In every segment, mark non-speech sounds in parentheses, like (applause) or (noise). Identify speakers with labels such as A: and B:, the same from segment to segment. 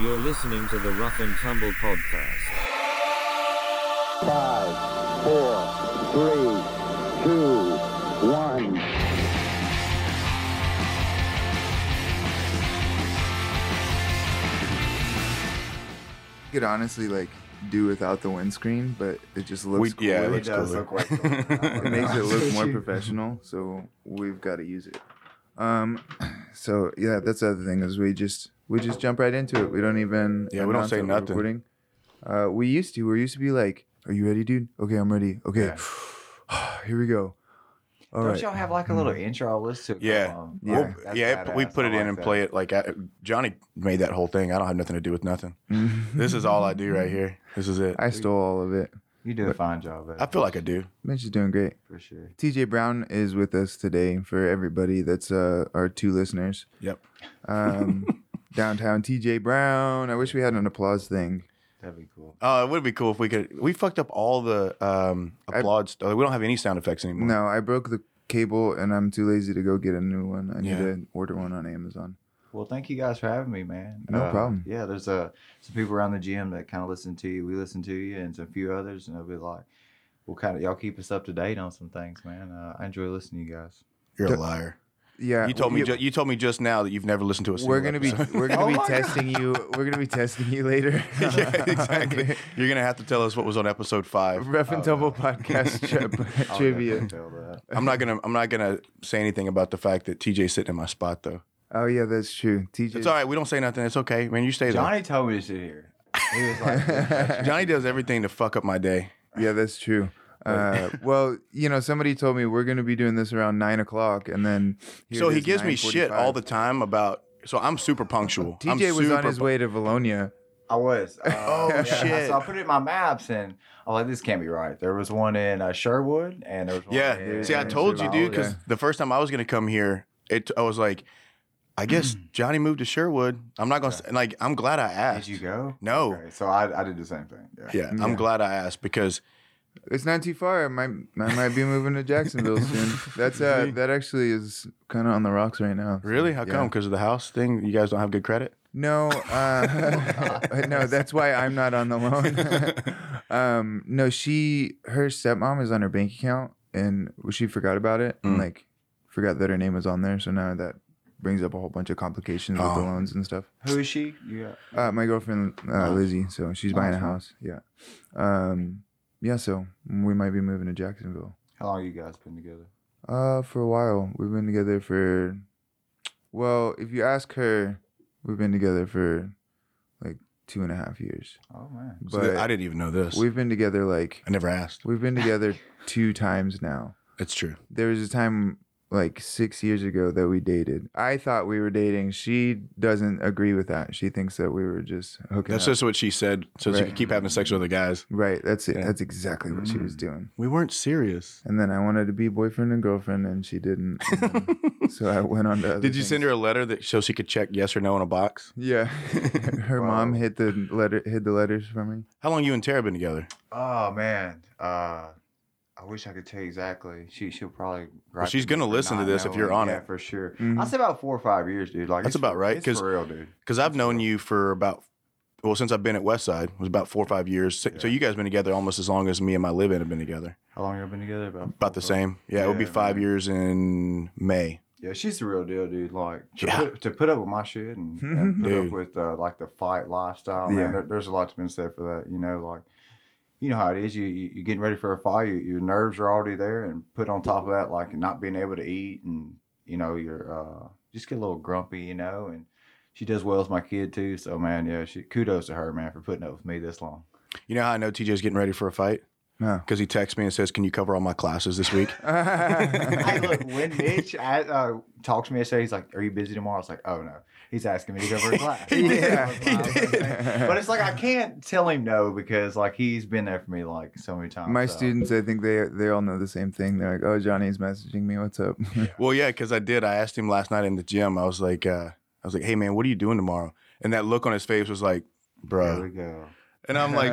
A: You're listening to the Rough and Tumble podcast.
B: Five, four, three, two, one.
C: could honestly like do without the windscreen, but it just looks
D: We- yeah, it
C: cooler.
D: looks
E: does
D: cooler.
E: look like
D: (laughs)
E: that.
C: It makes it look more
E: Issue.
C: professional, so we've got to use it. Um, (clears throat) so yeah, that's the other thing is we just we just jump right into it. We don't even
D: Yeah, we don't
C: announce
D: say
C: that we're
D: nothing.
C: recording. Uh, we used to. We used to be like, "Are you ready, dude? Okay, I'm ready. Okay, (sighs) here we go. All
E: Don't
C: right, (laughs)
E: y'all have like a
B: Mm-hmm.
E: little intro list to
D: Yeah.
E: Um,
C: Yeah.
D: We'll-
E: that's
D: yeah, it- we
E: badass.
D: put
E: I
D: it in
E: like
D: and
E: that.
D: play it like I, Johnny made that whole thing. I don't have nothing to do with nothing. This is all I do right here. This is it. I,
C: I stole all of it.
E: You do a fine job, of it,
D: feel like I do.
C: Man, she's doing great.
E: for sure.
C: TJ Brown is with us today for everybody that's uh, our two listeners.
D: Yep. (laughs)
C: um, downtown TJ Brown. I wish we had an applause thing.
E: That'd be cool.
D: Oh, it would be cool if we could. We fucked up all the um,
C: I-
D: applause. oh, we don't have any sound effects anymore.
C: No, I broke the cable and I'm too lazy to go get a new one. I need
D: Yeah.
C: to order one on Amazon.
E: Well, thank you guys for having me, man.
C: No problem.
E: Yeah, there's uh, some people around the gym that kind of listen to you. We listen to you, and some few others, and they'll be like, "Well, kind of y'all keep us up to date on some things, man." Uh, I enjoy listening to you
D: (laughs)
E: guys.
D: You're
C: D-
D: a liar.
C: Yeah,
D: You told me.
C: Uh, we-
D: Ju- you told me just now that you've never listened to a. Single
C: we're gonna be
D: episode.
C: we're gonna
E: (laughs) Oh
C: be
E: my God.
C: testing you. We're gonna be testing you later.
D: (laughs) yeah,
C: (laughs)
D: exactly. You're gonna have to tell us what was on episode five.
C: Ref and
E: Oh,
C: Tumble
E: no.
C: podcast
D: (laughs) Oh,
C: tri-
E: I'll
C: trivia.
E: definitely feel that.
D: Uh, I'm not gonna. I'm not gonna say anything about the fact that TJ's sitting in my spot though.
C: Oh yeah, that's true. TJ,
D: It's all right. We don't say nothing. It's okay. Man, you stay there.
E: Johnny told me to sit here. He was
C: (laughs)
E: like,
D: Johnny does everything to fuck up my day.
C: yeah, that's
D: (laughs)
C: true. Uh, well, you know, somebody told me we're gonna be doing this around nine o'clock, and then here
D: so
C: it
D: he
C: is,
D: gives me shit
C: 9:45.
D: all the time about. So I'm super punctual. I'm
C: TJ was on
D: super
C: his way to Bologna.
E: I was. Uh,
D: (laughs)
E: (laughs)
D: Oh, shit.
E: So I put it in my maps, and I'm like, "This can't be right." There was one in uh, Sherwood, and there was one
D: Yeah.
E: in-
D: See, I
C: Yeah,
D: told you, dude,
C: yeah.
D: because the first time I was gonna come here, it I was like,
C: (clears throat)
D: I guess Johnny moved to Sherwood. I'm not gonna s like. I'm glad I
E: Did
D: asked.
E: you go?
D: No.
E: Okay, so I, I did the same thing. Yeah.
D: Yeah,
C: Yeah.
D: I'm glad I asked because
C: It's not too far. I might I might be moving to Jacksonville soon. That's uh
D: Really?
C: that actually is kind of on the rocks right now.
D: really, how
C: Yeah.
D: come? Because of the house thing, you guys don't have
C: (laughs)
D: good credit.
C: No, uh, (laughs) no, that's why I'm not on the loan.
D: (laughs)
C: um, no, she her stepmom is on her bank account and she forgot about it and
D: Mm.
C: like forgot that her name was on there. So now that brings up a whole bunch of complications with the
D: Oh.
C: loans and stuff.
E: Who is she? Yeah.
C: Uh, my girlfriend uh,
D: Oh.
C: Lizzie, so she's
E: Oh,
C: buying a
E: that's right.
C: house. Yeah, um, yeah. So we might be moving to Jacksonville.
E: How long you guys been together?
C: Uh, for a while. We've been together for, well, if you ask her, we've been together for like two and a half years.
E: Oh man.
C: But
D: So th- I didn't even know this.
C: we've been together like
D: I never asked.
C: we've been
D: (laughs)
C: together two times now.
D: It's true.
C: There was a time like six years ago that we dated. I thought we were dating. She doesn't agree with that. She thinks that we were just hooking
D: That's
C: up.
D: just what she said. So she
C: Right.
D: could keep having sex with other guys.
C: right. That's it.
D: Yeah. Mm.
C: That's exactly what she was doing.
D: We weren't (laughs) serious.
C: And then I wanted to be boyfriend and girlfriend, and she didn't. And then- so I went on to. Other
D: (laughs) Did you
C: things.
D: send her a letter that so she could check yes or no on a box?
C: Yeah,
D: (laughs)
C: her mom
E: Wow.
C: hid the letter hid the letters for me.
D: How long you and Tara been together?
E: Oh man. Uh, I wish I could tell you exactly. She she'll probably. gripe
D: she's
E: at me
D: gonna
E: for
D: listen to
E: not
D: this if you're
E: knowing.
D: on
E: yeah,
D: it. Mm-hmm.
E: for sure.
C: Mhm.
E: I say about four or five years, dude. Like
D: That's
E: it's-
D: about right,
E: it's
D: 'cause-
E: for real, dude.
D: Because I've known you for about well since I've been at Westside it was about four or five years. So, so
E: Yeah.
D: you guys been together almost as long as me and my live-in have been together.
E: How long y'all been together? About
D: About the
E: four or five-
D: same. Yeah, it would be
E: Uh-huh. Yeah,
D: five
E: man.
D: years in May.
E: Yeah, she's the real deal, dude. Like to,
D: Yeah.
E: put, to put up with my shit
D: (laughs)
E: and, and put
D: Dude.
E: up with uh, like the fight lifestyle.
C: Yeah.
E: Man, there, there's a lot to be said for that. You know, like you know how it is. You you- you're getting ready for a fight. You, your nerves are already there, and put on top of that, like not being able to eat, and you know you're uh, just get a little grumpy. You know, and she does well as my kid too. So man, yeah, she kudos to her, man, for putting up with me this long.
D: You know how I know TJ's getting ready for a fight?
C: No.
E: (laughs)
D: Because he texts me and says, Can you cover all my classes this week? (laughs)
E: hey, look, when Mitch I, uh, talks to me yesterday, he's like, "Are you busy tomorrow?" I was like, "Oh no." He's asking me to go
D: (laughs)
E: for a class.
D: He did.
C: Yeah.
D: He did.
E: But it's like I can't tell him no because like he's been there for me like so many times.
C: My
E: so.
C: students, I think they they all know the same thing. They're like, "Oh, Johnny's messaging me. What's up?"
E: Um,
D: Well, yeah, because I did. I asked him last night in the gym. I was like, uh, I was like, Hey man, what are you doing tomorrow? And that look on his face was like,
E: There
D: Bro,
E: we go.
D: And I'm like,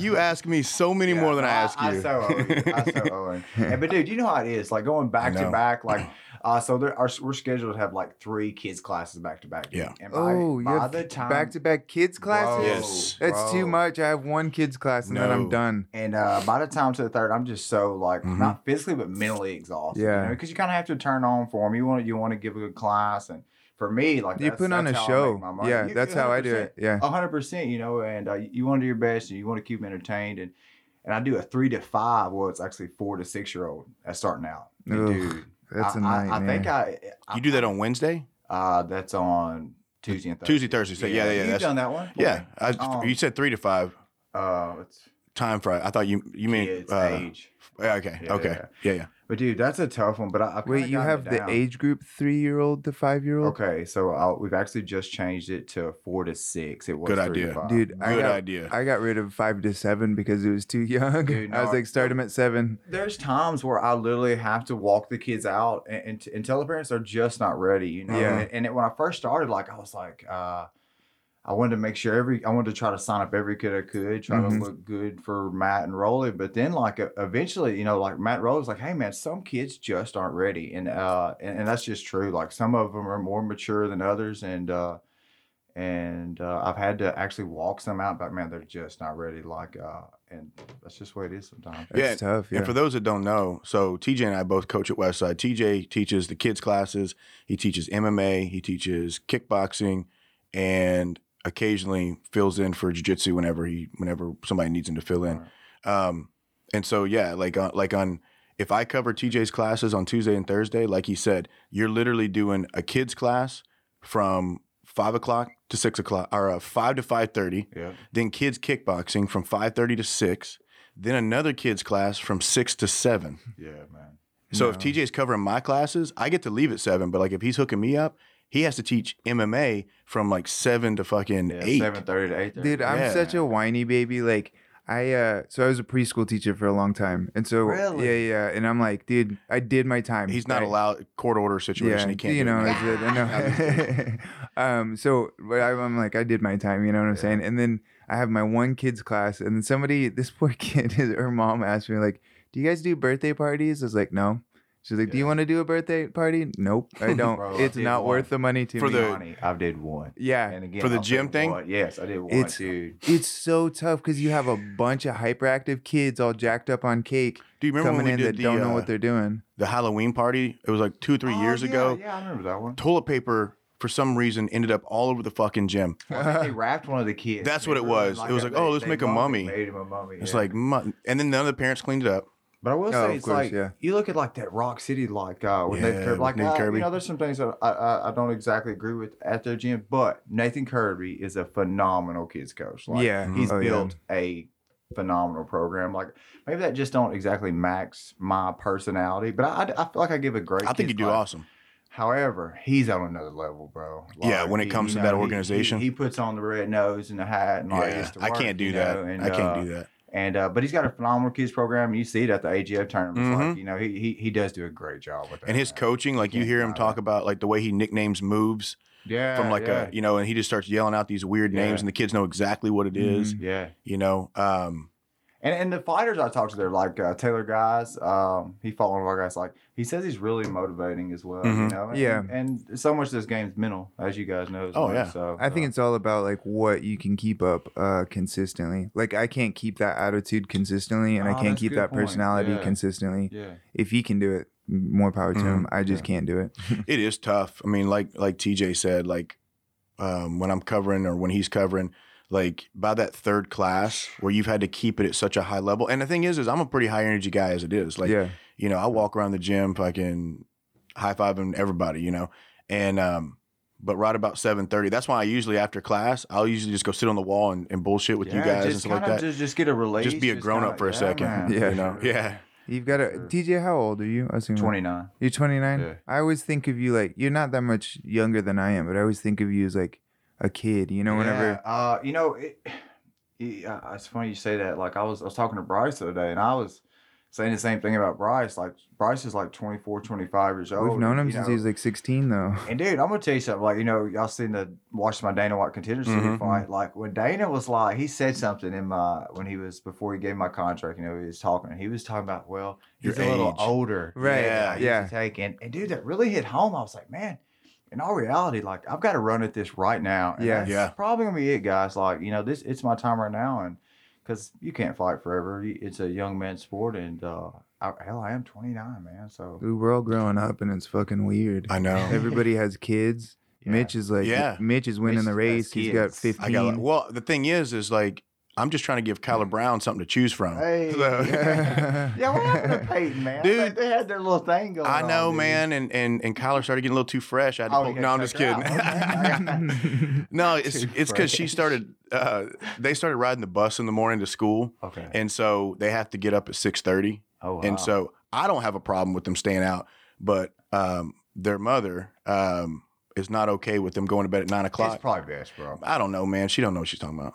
E: (laughs)
D: you ask me so many
E: Yeah,
D: more than I,
E: I
D: ask you.
E: I so owe you.
D: (laughs)
E: I
C: (laughs)
E: so owe him. And, but dude, you know how it is. Like going back
D: know.
E: to back. Like uh, so, there are we're scheduled to have like three kids classes back to back. dude.
D: Yeah.
E: And by,
C: Oh,
E: by
C: you have
E: the time
C: back to back kids classes?
D: Yes.
C: That's too
E: bro.
C: much. I have one kids class and then I'm
D: No.
C: done.
E: And uh, by the time to the third, I'm just so like
D: Mhm.
E: not physically but mentally exhausted.
C: Mm-hmm. Yeah.
E: you because you kind of have to turn on for them. You want you want to give a good class, and for me, like
C: You
E: that's-
C: put on a
E: that's how I make
C: show.
E: my money. (laughs)
C: Yeah,
E: You-
C: that's how I do it. Yeah.
E: A hundred percent, you know, and uh, you want to do your best, and you want to keep them entertained, and and I do a three to five. Well, it's actually four to six year old that's starting out. And
C: Ugh,
E: dude,
C: That's
E: I,
C: a
E: I- I
C: nightmare.
E: think I, I
D: You do that on Wednesday,
E: Uh, that's on Tuesday and Thursday.
D: Tuesday, Thursday. So yeah, yeah, yeah.
E: You've
D: that's-
E: done that one. for
D: yeah.
E: me.
D: I,
E: Um,
D: you said three to five
E: Uh, it's
D: time for. I thought you you mean
E: kids,
D: uh,
E: age.
D: yeah, okay,
E: Yeah,
D: okay,
E: yeah.
D: yeah, yeah.
E: But dude, that's a tough one. But I, I've
C: Wait,
E: kinda
C: you
E: gotten
C: have
E: it
C: the
E: down.
C: age group three year old to five year old?
E: Okay, so I'll, we've actually just changed it to four to six. It was
D: Good
E: three to
D: idea.
E: five.
C: Dude, I
D: uh, Good
C: got,
D: idea.
C: I got rid of five to seven because it was too (laughs) young.
E: Dude,
C: I was
E: no.
C: like, start them at seven.
E: There's times where I literally have to walk the kids out and, and, and tell the parents they're just not ready, you know.
C: Yeah.
E: And, and it, when I first started, like I was like, uh, I wanted to make sure every I wanted to try to sign up every kid I could, try
C: Mhm.
E: to look good for Matt and Rolly. But then like uh, eventually, you know, like Matt Rolly was like, hey man, some kids just aren't ready, and uh, and, and that's just true. Like some of them are more mature than others, and uh, and uh, I've had to actually walk some out. But man, they're just not ready. Like uh, and that's just the way it is sometimes.
D: Yeah,
C: That's tough. Yeah.
D: And for those that don't know, so TJ and I both coach at Westside. TJ teaches the kids classes. He teaches MMA. He teaches kickboxing, and occasionally fills in for jujitsu whenever he whenever somebody needs him to fill in. Um, and so yeah, like on like on if I cover TJ's classes on Tuesday and Thursday, like he said, you're literally doing a kids class from five o'clock to six o'clock or uh, five to five thirty
E: Yeah. (laughs)
D: then kids kickboxing from 5.30 to 6 then another kids class from 6 to 7
E: Yeah, man.
D: so if
C: No.
D: tj's covering my classes i get to leave at 7 but like if he's hooking me up he has to teach mma from like 7 to fucking
E: Yeah,
D: 8
E: seven thirty to eight thirty.
C: Dude, I'm
D: Yeah.
C: such a whiny baby. Like, I uh, so I was a preschool teacher for a long time, and so
E: Really?
C: yeah, yeah, and I'm like, dude, I did my time.
D: he's not
C: I-
D: allowed court order situation he can't
C: you
D: do
C: know,
D: it.
C: it's it, I
D: (laughs)
C: know. (laughs) um, so but I, I'm like, I did my time, you know what I'm saying? And then I have my one kid's class, and then somebody, this poor (laughs) kid, his, her mom asked me, like, do you guys do birthday parties? I was like, no. She's like, do you
E: Yeah.
C: want to do a birthday party? Nope,
D: (laughs)
C: I don't.
E: Bro, I
C: it's
E: did
C: not
E: one.
C: worth the money to
D: For
C: me.
D: the-
E: Johnny, I did one.
C: yeah,
E: And again,
D: For the
E: I'll say
D: gym thing?
E: one. Yes, I did one,
C: It's-
E: dude.
C: it's so tough because you have a bunch of hyperactive kids all jacked up on cake
D: do you remember when
C: coming
D: we
C: in that
D: did the,
C: don't know
D: uh,
C: what they're doing.
D: the halloween party it was like two or three
E: Three
D: years ago
E: Oh, Yeah, I remember that one.
D: toilet paper for some reason ended up all over the fucking gym
E: I (laughs) think they wrapped one of the kids.
D: That's
E: They
D: what it
E: really
D: was. It was like, oh, let's make a
E: mummied-
D: mummy.
E: Made him a mummy.
D: it's
E: yeah.
D: like mu- and then none of the parents cleaned it up
E: but
D: Oh,
E: I will say,
C: of
E: it's
C: course,
E: like
C: yeah.
E: you look at like that Rock City, like uh, with
D: Yeah,
E: Nathan Kirby.
D: with
E: Like
D: Nate
E: uh,
D: Kirby.
E: you know, there's some things that I, I I don't exactly agree with at their gym, but Nathan Kirby is a phenomenal kids coach. Like,
C: yeah,
E: he's
C: Oh, yeah.
E: built a phenomenal program. Like maybe that just don't exactly max my personality, but I, I, I feel like I give a great.
D: i think you
E: kids
D: do
E: class.
D: awesome
E: However, he's on another level, bro.
D: Yeah, when it comes to that
E: he-
D: organization.
E: he, he puts on the red nose and the hat and all that.
D: yeah,
E: just to
D: i
E: work,
D: can't do
E: you
D: that
E: know, and,
D: i can't
E: uh,
D: do that
E: And uh, but he's got a phenomenal kids program. You see it at the AGF tournament. It's
D: Mhm.
E: Like you know, he, he he does do a great job with that.
D: and his
E: man.
D: coaching like you
E: Can't
D: hear him
E: deny
D: talk
E: that.
D: about like the way he nicknames moves
C: (laughs)
E: yeah,
D: from like
E: yeah.
D: a you know and he just starts yelling out these weird
E: Yeah. Mm-hmm.
D: names and the kids know exactly what it is,
C: Mhm.
E: yeah.
D: you know um
E: And, and the fighters I talked to, they're like uh, Taylor guys. Um, he fought one of our guys. Like he says, he's really motivating as well.
D: Mhm.
E: You know, and,
C: Yeah.
E: And so much of this game's mental, as you guys know. as
D: Oh,
E: well,
D: yeah.
E: So uh,
C: I think it's all about like what you can keep up uh consistently. Like I can't keep that attitude consistently and
E: Oh,
C: I can't
E: that's a
C: keep
E: good
C: that
E: point.
C: consistently
E: Yeah.
C: consistently.
E: yeah. Mm-hmm.
C: If he can do it, more power to him. I just
E: Yeah.
C: can't do
E: (laughs)
C: it.
D: it is tough i mean like like tj said like um when i'm covering or when he's covering like by that third class where you've had to keep it at such a high level and the thing is is i'm a pretty high energy guy as it is like
C: yeah.
D: you know, I walk around the gym fucking high fiving everybody, you know. And um, but right about seven thirty, that's why I usually after class, I'll usually just go sit on the wall and, and bullshit with you
E: Yeah,
D: guys
E: just
D: and stuff like
E: kinda
D: that.
E: Just,
D: Just,
E: just get a release.
D: be a grown
E: kinda-
D: up for a
E: yeah,
D: second.
E: man.
C: Yeah.
D: (laughs) You know? Yeah.
C: You've got to
E: Sure.
C: TJ, how old are you? I was thinking-
E: uh, Twenty nine.
C: You're 29.
E: Yeah.
C: I always think of you like you're not that much younger than I am, but I always think of you as like a kid, you know, whenever
E: Yeah, uh, you (sighs) know, it, it, uh, it's funny you say that. Like I was, I was talking to Bryce the other day, and I was saying the same thing about Bryce. Like Bryce is like 24, 25 years old.
C: We've known him
E: you
C: since
E: know.
C: he was like 16, though.
E: And dude, I'm gonna tell you something. Like you know, y'all seen the watch my Dana White contingency
D: Mhm.
E: fight. Like when Dana was like, he said something in my when he was before he gave my contract. You know, he was talking. and He was talking about well, he's
D: Your
E: a little
D: age.
E: older.
C: Right,
E: Yeah.
C: yeah.
E: Yeah. Take and, and dude, that really hit home. I was like, man. In all reality, like I've got to run at this right now. And
C: Yeah.
E: that's
D: Yeah.
E: Probably gonna be it, guys. Like you know, this it's my time right now, and because you can't fight forever. You- It's a young man's sport, and uh, I, hell, I am 29, man. So
C: We We're all growing up, and it's fucking weird.
D: I know.
C: Everybody has kids.
E: yeah.
C: Mitch is like,
D: Um, (laughs) Yeah.
C: Mitch is winning
E: Mitch
C: the
E: has
C: race. He's got
E: kids.
C: 15.
D: I got. Well, the thing is, is like I'm just trying to give Kyler Brown something to choose from.
E: Hey.
C: (laughs)
D: (laughs)
E: Yeah, what happened to Peyton, man?
D: Dude.
E: They- they had their little thing going.
D: I
E: on,
D: know,
E: dude.
D: man, and and and Kyler started getting a little too fresh. I had to
E: Oh,
D: pull,
E: you
D: no, I'm
E: gotta
D: just
E: check
D: kidding.
E: her
D: (laughs)
E: out.
C: (laughs)
E: (laughs)
D: no, it's
E: Too
D: it's because she
E: fresh.
D: started. Uh, they started riding the bus in the morning to school,
E: Okay.
D: and so they have to get up at six thirty.
E: oh, wow.
D: And so I don't have a problem with them staying out, but um, their mother um, is not okay with them going to bed at nine
E: it's
D: o'clock.
E: probably best, bro.
D: I don't know, man. She don't know what she's talking
E: (laughs)
D: about.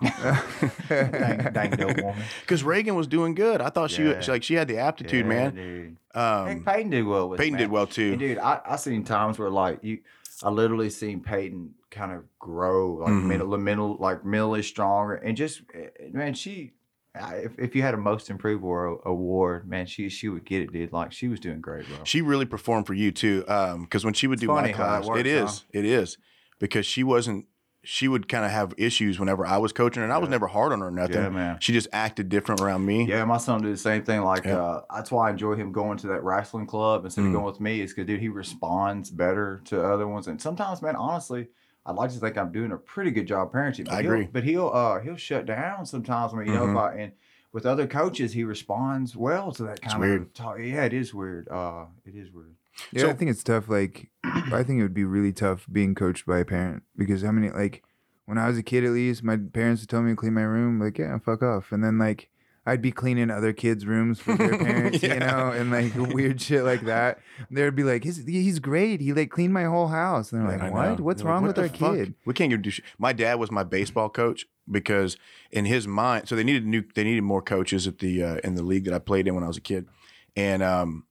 E: dang, dang dope
D: (laughs)
E: woman.
D: Because Reagan was doing good. I thought she,
E: Yeah.
D: she like she had the aptitude,
E: Yeah,
D: man.
E: Dude. Heck,
D: Um,
E: Peyton did well. With it,
D: Peyton did
E: man.
D: well
E: And
D: too.
E: dude, I I seen times where like you, I literally seen Peyton kind of grow, like
D: Mhm.
E: mental, mental, like mentally stronger, and just eh, man, she. I- If, if you had a most improved Award- award, man, she she would get it, dude. Like she was doing great, bro.
D: She really performed for you too. Because when she would
E: It's
D: do my
E: funny how that
D: class,
E: works,
D: it is, it is, because she wasn't. She would kind of have issues whenever I was coaching, her, and I was
E: Yeah.
D: never hard on her or nothing.
E: yeah, man.
D: She just acted different around me.
E: Yeah, my son do the same thing. Like
D: Yeah.
E: uh, that's why I enjoy him going to that wrestling club instead
D: Mm.
E: of going with me. Is because dude, he responds better to other ones. And sometimes, man, honestly, I'd like to think I'm doing a pretty good job parenting. But
D: I
E: he'll-
D: agree.
E: But he'll uh, he'll shut down sometimes. I mean, you
D: Mhm.
E: know, if I and with other coaches, he responds well to that kind of
D: weird.
E: talk. Yeah, it is weird. Uh, it is weird.
C: Yeah,
D: So-
C: I think it's tough. Like, I think it would be really tough being coached by a parent because how many like when I was a kid at least, my parents would tell me to clean my room. Like, yeah, fuck off. And then like I'd be cleaning other kids' rooms for their
D: (laughs)
C: parents,
D: Yeah.
C: you know, and like weird shit like that. They'd be like, "He's he's great. He like cleaned my whole house." And they're
D: I
C: like,
D: know.
C: "What? What's
D: They're like,
C: wrong
D: "What
C: with
D: the
C: our
D: fuck?
C: kid?"
D: We can't give do shit. My dad was my baseball coach because in his mind, so they needed new, they needed more coaches at the uh, in the league that I played in when I was a kid, and um,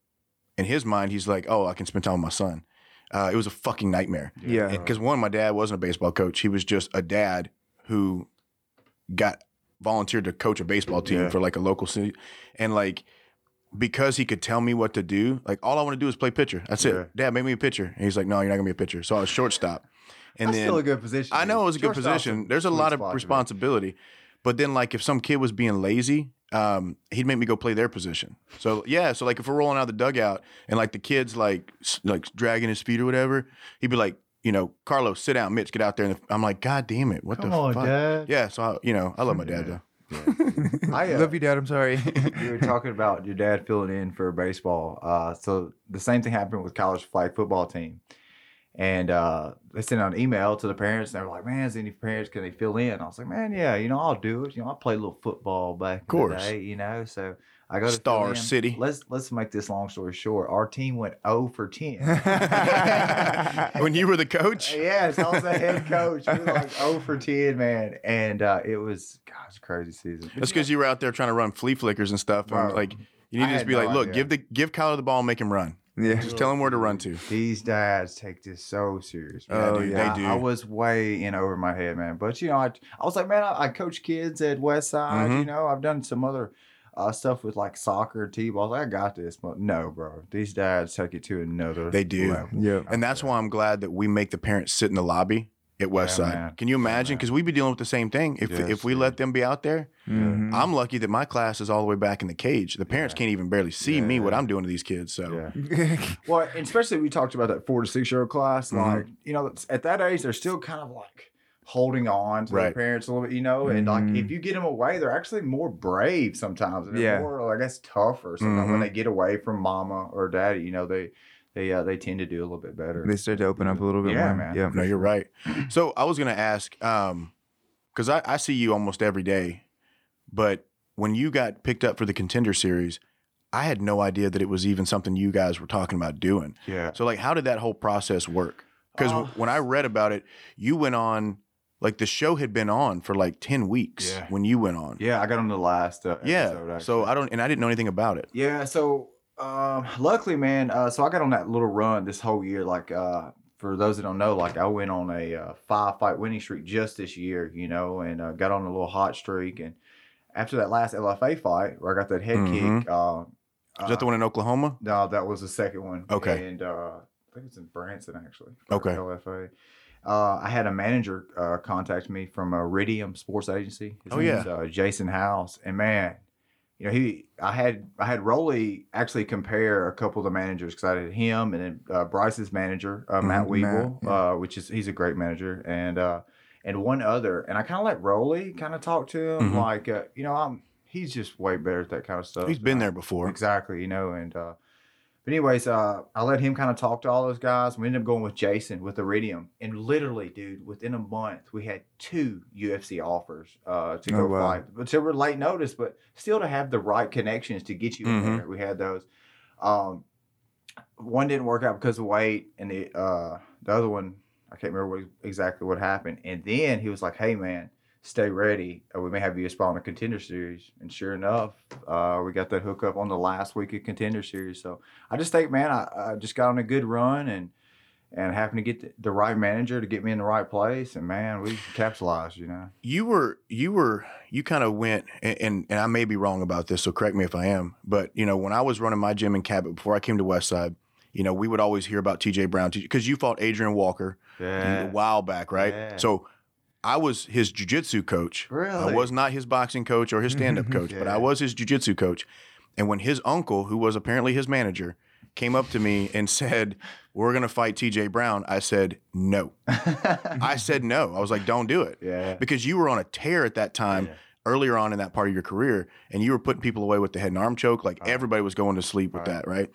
D: in his mind, he's like, oh, I can spend time with my son. Uh, it was a fucking nightmare
C: Yeah.
D: because one, my dad wasn't a baseball coach; he was just a dad who got volunteered to coach a baseball team
E: Yeah.
D: for like a local city, and like because he could tell me what to do, like all I want to do is play pitcher. That's
E: Yeah.
D: it. Dad, make me a pitcher. And he's like, no, you're not gonna be a pitcher. So I was shortstop, and
E: that's
D: then
E: still a good position.
D: I know
E: dude.
D: it was a good
E: Shortstop's
D: position. There's a
E: sweet
D: lot of
E: spot to be.
D: responsibility, but then like if some kid was being lazy. Um, he'd make me go play their position. So yeah, so like if we're rolling out of the dugout and like the kids like s- like dragging his feet or whatever, he'd be like, you know, Carlos, sit down, Mitch, get out there. And I'm like, God damn it, what
E: Come
D: the
E: on,
D: fuck?
E: Dad.
D: Yeah, so I, you know, I love my dad
E: Yeah.
D: though.
E: I, uh,
C: Love you, Dad.
E: (laughs)
C: I'm sorry. (laughs)
E: you were talking about your dad filling in for baseball. Uh, so the same thing happened with college flag football team. And uh, they sent out an email to the parents, and they were like, "Man, is any parents can they fill in?" I was like, "Man, yeah, you know, I'll do it. You know, I play a little football back of
D: course.
E: course. the day, you know." So I go to fill
D: Star
E: in.
D: City.
E: Let's let's make this long story short. Our team went 0 for
D: (laughs)
E: 10.
D: when you were the
E: (laughs)
D: coach,
E: yeah, so I was the head coach. We were
D: (laughs)
E: like 0 for 10, man, and uh, it was God, it was a crazy season.
D: that's because you were out there trying to run flea flickers and stuff. And
E: Bro,
D: like you
E: I
D: need to just
E: had
D: be
E: no
D: like, look,
E: idea.
D: give the give Kyler the ball, and make him run.
C: yeah.
D: Just tell him where to run to.
E: These dads take this so serious. Man.
C: Oh,
E: Dude,
D: yeah.
E: I,
D: They do.
E: I was way in over my head, man. But you know, I, I was like, man, I, I coach kids at West Side.
D: Mhm.
E: You know, I've done some other uh, stuff with like soccer, t-ball. I got this, but no, bro. These dads take it to another.
D: They do.
E: level.
C: Yeah.
D: And that's why I'm glad that we make the parents sit in the lobby at Westside.
E: man.
D: Can you imagine?
E: man.
D: Because we'd be dealing with the same thing if,
E: Yes,
D: if we
E: dude.
D: let them be out there.
C: Mhm.
D: I'm lucky that my class is all the way back in the cage. The parents
E: Yeah.
D: can't even barely see
E: Yeah,
D: me what
E: yeah.
D: I'm doing to these kids. So
E: Yeah. Well, and especially we talked about that four to six year old class.
D: Mhm.
E: Like, you know, it's- at that age, they're still kind of like holding on to
D: Right. Mm.
E: their parents a little bit, you know. And
C: Mhm.
E: like, if you get them away, they're actually more brave sometimes. And
C: Yeah.
E: yeah. More, I guess, tougher. Sometimes
D: Mhm.
E: when they get away from mama or daddy, you know, they they uh, they tend to do a little bit better.
C: (laughs) they start to open up a little bit
E: Yeah,
C: more.
E: man.
C: Yeah.
D: no, you're right.
E: (clears throat)
D: So I was gonna ask, um, because I, I see you almost every day, but when you got picked up for the contender series, I had no idea that it was even something you guys were talking about doing.
E: yeah.
D: So like, how did that whole process work? Because
E: Uh,
D: when I read about it, you went on Like the show had been on for like 10 weeks
E: Yeah.
D: when you went on.
E: Yeah, I got on the last uh, episode.
D: yeah. So
E: actually.
D: I don't, and I didn't know anything about it.
E: Yeah, so um, luckily, man, uh, so I got on that little run this whole year. Like, uh, for those that don't know, like I went on a uh, five fight winning streak just this year, you know, and uh, got on a little hot streak. And after that last LFA fight where I got that head
D: Mhm.
E: kick, uh,
D: Is that the one in Oklahoma?
E: No, that was the second one.
D: Okay.
E: And uh, I think it's in Branson, actually. for
D: Okay.
E: LFA. Uh, I had a manager uh, contact me from Iridium Sports Agency. His
D: Oh,
E: name's, uh, Jason House. And man, you know, he, I had, I had Rolly actually compare a couple of the managers because I had him and then uh, Bryce's manager, uh,
D: Mm-hmm.
E: Matt
C: Mhm, Matt,
E: Weevil, uh, which is, he's a great manager. And, uh, and one other. And I kind of let Rolly kind of talk to him.
D: Mhm.
E: Like, uh, you know, I'm, he's just way better at that kind of stuff.
D: He's
E: than
D: been
E: I-
D: there before.
E: uh, Exactly, you know, and uh but anyways, uh I let him kind of talk to all those guys. We ended up going with Jason with Iridium. And literally, dude, within a month we had two UFC offers uh to
C: Oh,
E: go
C: wow.
E: fight. But they were late notice, but still to have the right connections to get you in
D: Mhm.
E: there. We had those. Um one didn't work out because of weight and the uh the other one I can't remember what, exactly what happened. And then he was like, Hey man, stay ready. Uh, we may have you a spot on the contender series. And sure enough, uh, we got that hookup on the last week of contender series. So I just think, man, I, I just got on a good run and and happened to get the, the right manager to get me in the right place. And man, we capitalized, you know.
D: you were you were you kind of went and, and and I may be wrong about this, so correct me if I am. But you know, when I was running my gym in Cabot before I came to Westside, you know, we would always hear about TJ Brown because you fought Adrian Walker a while back, right?
E: Yeah.
D: So I was his jujitsu coach.
E: Really?
D: I was not his boxing
E: (laughs)
D: coach or his stand-up coach, but
E: Yeah.
D: I was his jujitsu coach. And when his uncle, who was apparently his manager, came up to me and (laughs) said, "We're gonna fight TJ Brown," I said no.
E: (laughs)
D: I said no. I was like, "Don't do it."
E: yeah.
D: because you were on a tear at that time
E: Yeah.
D: earlier on in that part of your career and you were putting people away with the head and arm choke like
E: Right.
D: everybody was going to sleep
E: Right.
D: with that right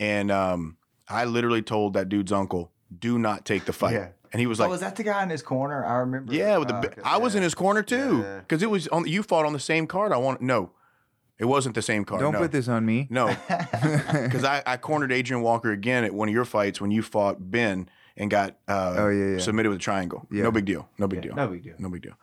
D: and um, i literally told that dude's uncle do not take the fight
E: Yeah.
D: and he was
E: oh,
D: like
E: was that the guy in his corner? I remember.
D: yeah with the
E: Oh,
D: bi-
E: okay.
D: i was in his corner too
E: Yeah.
D: because it was on you fought on the same card i want no it wasn't the same card
C: Don't
D: no.
C: put this on me. (laughs)
D: (laughs)
E: (laughs)
D: no
C: oh
E: uh,
D: because I, I cornered adrian walker again at one of your fights when you fought ben and got uh,
C: Oh, yeah, yeah.
D: submitted with a triangle
C: Yeah.
D: no big deal no big
E: Oh, Yeah,
D: deal
E: No Mm-hmm. big deal.
D: no big deal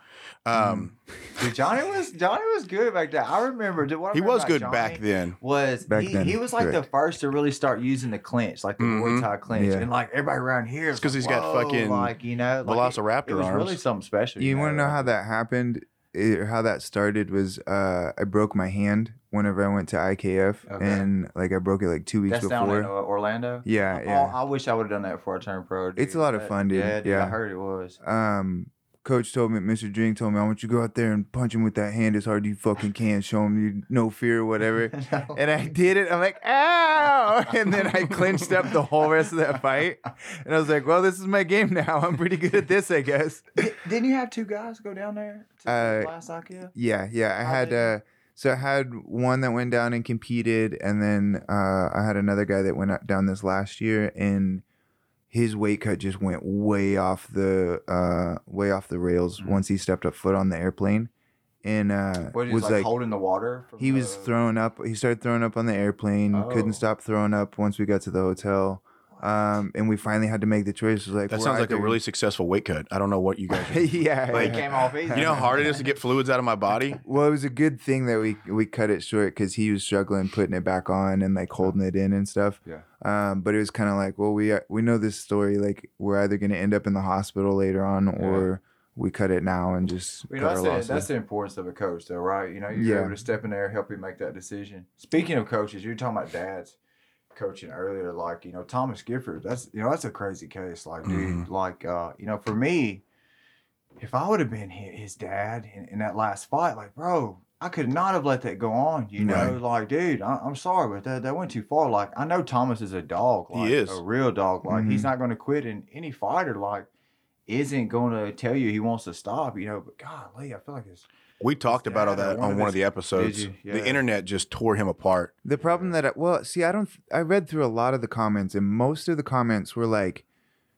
D: um,
E: Dude, Johnny was Johnny was good back then. I remember. Dude, what I
D: he
E: remember
D: was
E: about
D: good
E: Johnny
D: back then
E: Was
C: Back
E: he,
C: then,
E: he was like the
C: correct.
E: first to really start using the clinch, like the Muay
D: Mhm.
E: Thai clinch,
C: Yeah.
E: and like everybody around here. is
D: 'cause
E: like,
D: he's got
E: "Whoa,"
D: fucking
E: like you know like, it-
D: Velociraptor
E: it, was
D: arms.
E: really something special.
C: You want to know how that happened? eh, How that started was uh, I broke my hand whenever I went to IKF,
E: Okay.
C: and like I broke it like two weeks
E: That's down in uh,
C: before.
E: Orlando.
C: Yeah, yeah.
E: Oh, I wish I would have done that before I turned pro.
C: It's
E: dude.
C: a lot of
E: That-
C: fun, dude.
E: Yeah, dude, I
C: Yeah.
E: heard it was. (laughs)
C: um coach told me mr drink told me i want you to go out there and punch him with that hand as hard as you fucking can show him you no fear or whatever and i did it i'm like ow (laughs) and then i clinched up the whole rest of that fight and i was like well this is my game now i'm pretty good at this i guess
E: Di- Didn't you have two guys go down there to
C: Uh,
E: the last IKEA?
C: yeah yeah i
E: How
C: had
E: did
C: uh so i had one that went down and competed and then uh i had another guy that went up- down this last year and his weight cut just went way off the uh way off the rails
E: Mhm.
C: once he stepped up foot on the airplane and uh
E: What, he
C: was
E: was like,
C: like
E: holding the water? from
C: he was
E: the-
C: throwing up he started throwing up on the airplane
E: Oh.
C: couldn't stop throwing up once we got to the hotel um and we finally had to make the choice It was like
D: That
C: we're
D: sounds like a
C: either- (laughs)
D: really successful weight cut. I don't know what you
E: (laughs)
D: guys. Are.
C: yeah
E: It
C: yeah.
D: Like,
E: came off
C: (laughs)
E: easy.
D: you know how hard it is to get fluids out of my body.
C: Well, it was a good thing that we we cut it short because he was struggling putting it back on and like holding it in and stuff.
E: Yeah.
C: Um, but it was kind of like, well, we we know this story. Like, we're either gonna end up in the hospital later on, or we cut it now and just
E: You
C: cut
E: know, that's,
C: our
E: the,
C: losses.
E: that's the importance of a coach, though, right? You know, you're
C: Yeah.
E: able to step in there, help you make that decision. Speaking of coaches, you were talking about dads coaching earlier, like you know Thomas Gifford. That's you know that's a crazy case, like
C: Mm-hmm.
E: dude, like uh, you know for me, if I would have been hi- his dad in, in that last fight, like bro, I could not have let that go on. You know,
D: Right.
E: like dude, I, I'm sorry, but that that went too far. Like I know Thomas is a dog,
D: He
E: like
D: is.
E: a real dog. Like
C: Mm-hmm.
E: he's not going to quit, and any fighter like isn't going to tell you he wants to stop, you know. But golly, I feel like it's
D: We talked about all
E: Yeah,
D: that
E: one
D: on
E: of
D: one
E: his-
D: of the episodes.
E: Did you? Yeah.
D: The internet just tore him apart.
C: The problem that I, well, see, I don't. I read through a lot of the comments, and most of the comments were like,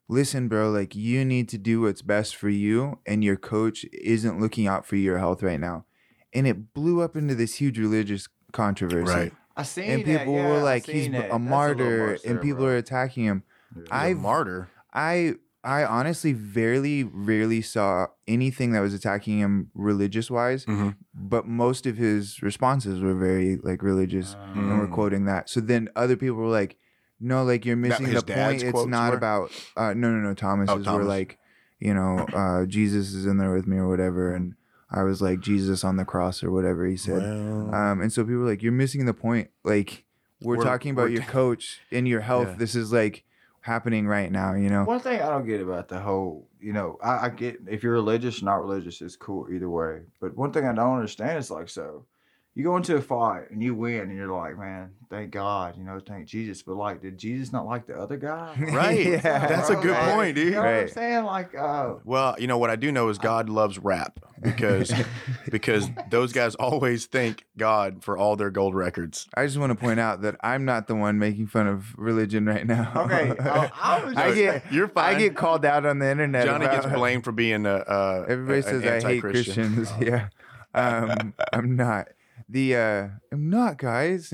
C: "Listen, bro, like you need to do what's best for you, and your coach isn't looking out for your health right now." And it blew up into this huge religious controversy,
D: Right.
E: I seen
C: and people
E: that, yeah,
C: were
E: I
C: like, "He's
E: seen
C: b-
E: that. That's
C: a
E: little
C: martyr,"
E: much there,
C: and people
E: bro.
C: are attacking him.
E: Yeah.
D: I
C: I've-
D: martyr.
C: I I honestly very rarely saw anything that was attacking him religious wise,
D: Mhm.
C: but most of his responses were very like religious
E: Uh-huh.
C: and we're
D: Mm.
C: quoting that. So then other people were like, "No, like you're missing
D: his
C: the
D: dad's
C: point. It's
D: quotes
C: not
D: were?
C: about uh, no, no, no. Thomas's
D: Oh,
C: were
D: Thomas.
C: like, you know, uh, Jesus is in there with me or whatever, and I was like Jesus on the cross or whatever he said.
D: Well,
C: Um, and so people were like, "You're missing the point. Like we're,
D: We're-
C: talking about
D: we're-
C: your coach and your health.
D: Yeah.
C: This is like happening right now. You (laughs) know,
E: One thing I don't get about the whole, you know, I, I get if you're religious, not religious, it's cool either way. But one thing I don't understand is like, so you go into a fight and you win, and you're like, man, thank God, you know, thank Jesus. But like, did Jesus not like the other
C: (laughs)
E: guy?
D: Right.
C: Yeah.
D: That's a good
E: Right.
D: point, dude.
E: You know what I'm
C: Right.
E: saying? Like, uh,
D: Well, you know what I do know is God loves rap
C: (laughs)
D: because because those guys always thank God for all their gold records.
C: I just want to point out that I'm not the one making fun of religion right now. (laughs)
E: okay, uh, I was just,
C: I get
D: You're
C: I
D: fine.
C: get called out on the internet.
D: Johnny gets
C: about-
D: blamed for being a. Uh,
C: Everybody
D: a-
C: says
D: an
C: I hate
D: anti-Christian.
C: Christians. (laughs) Yeah. Um, I'm not. The uh, I'm not, guys.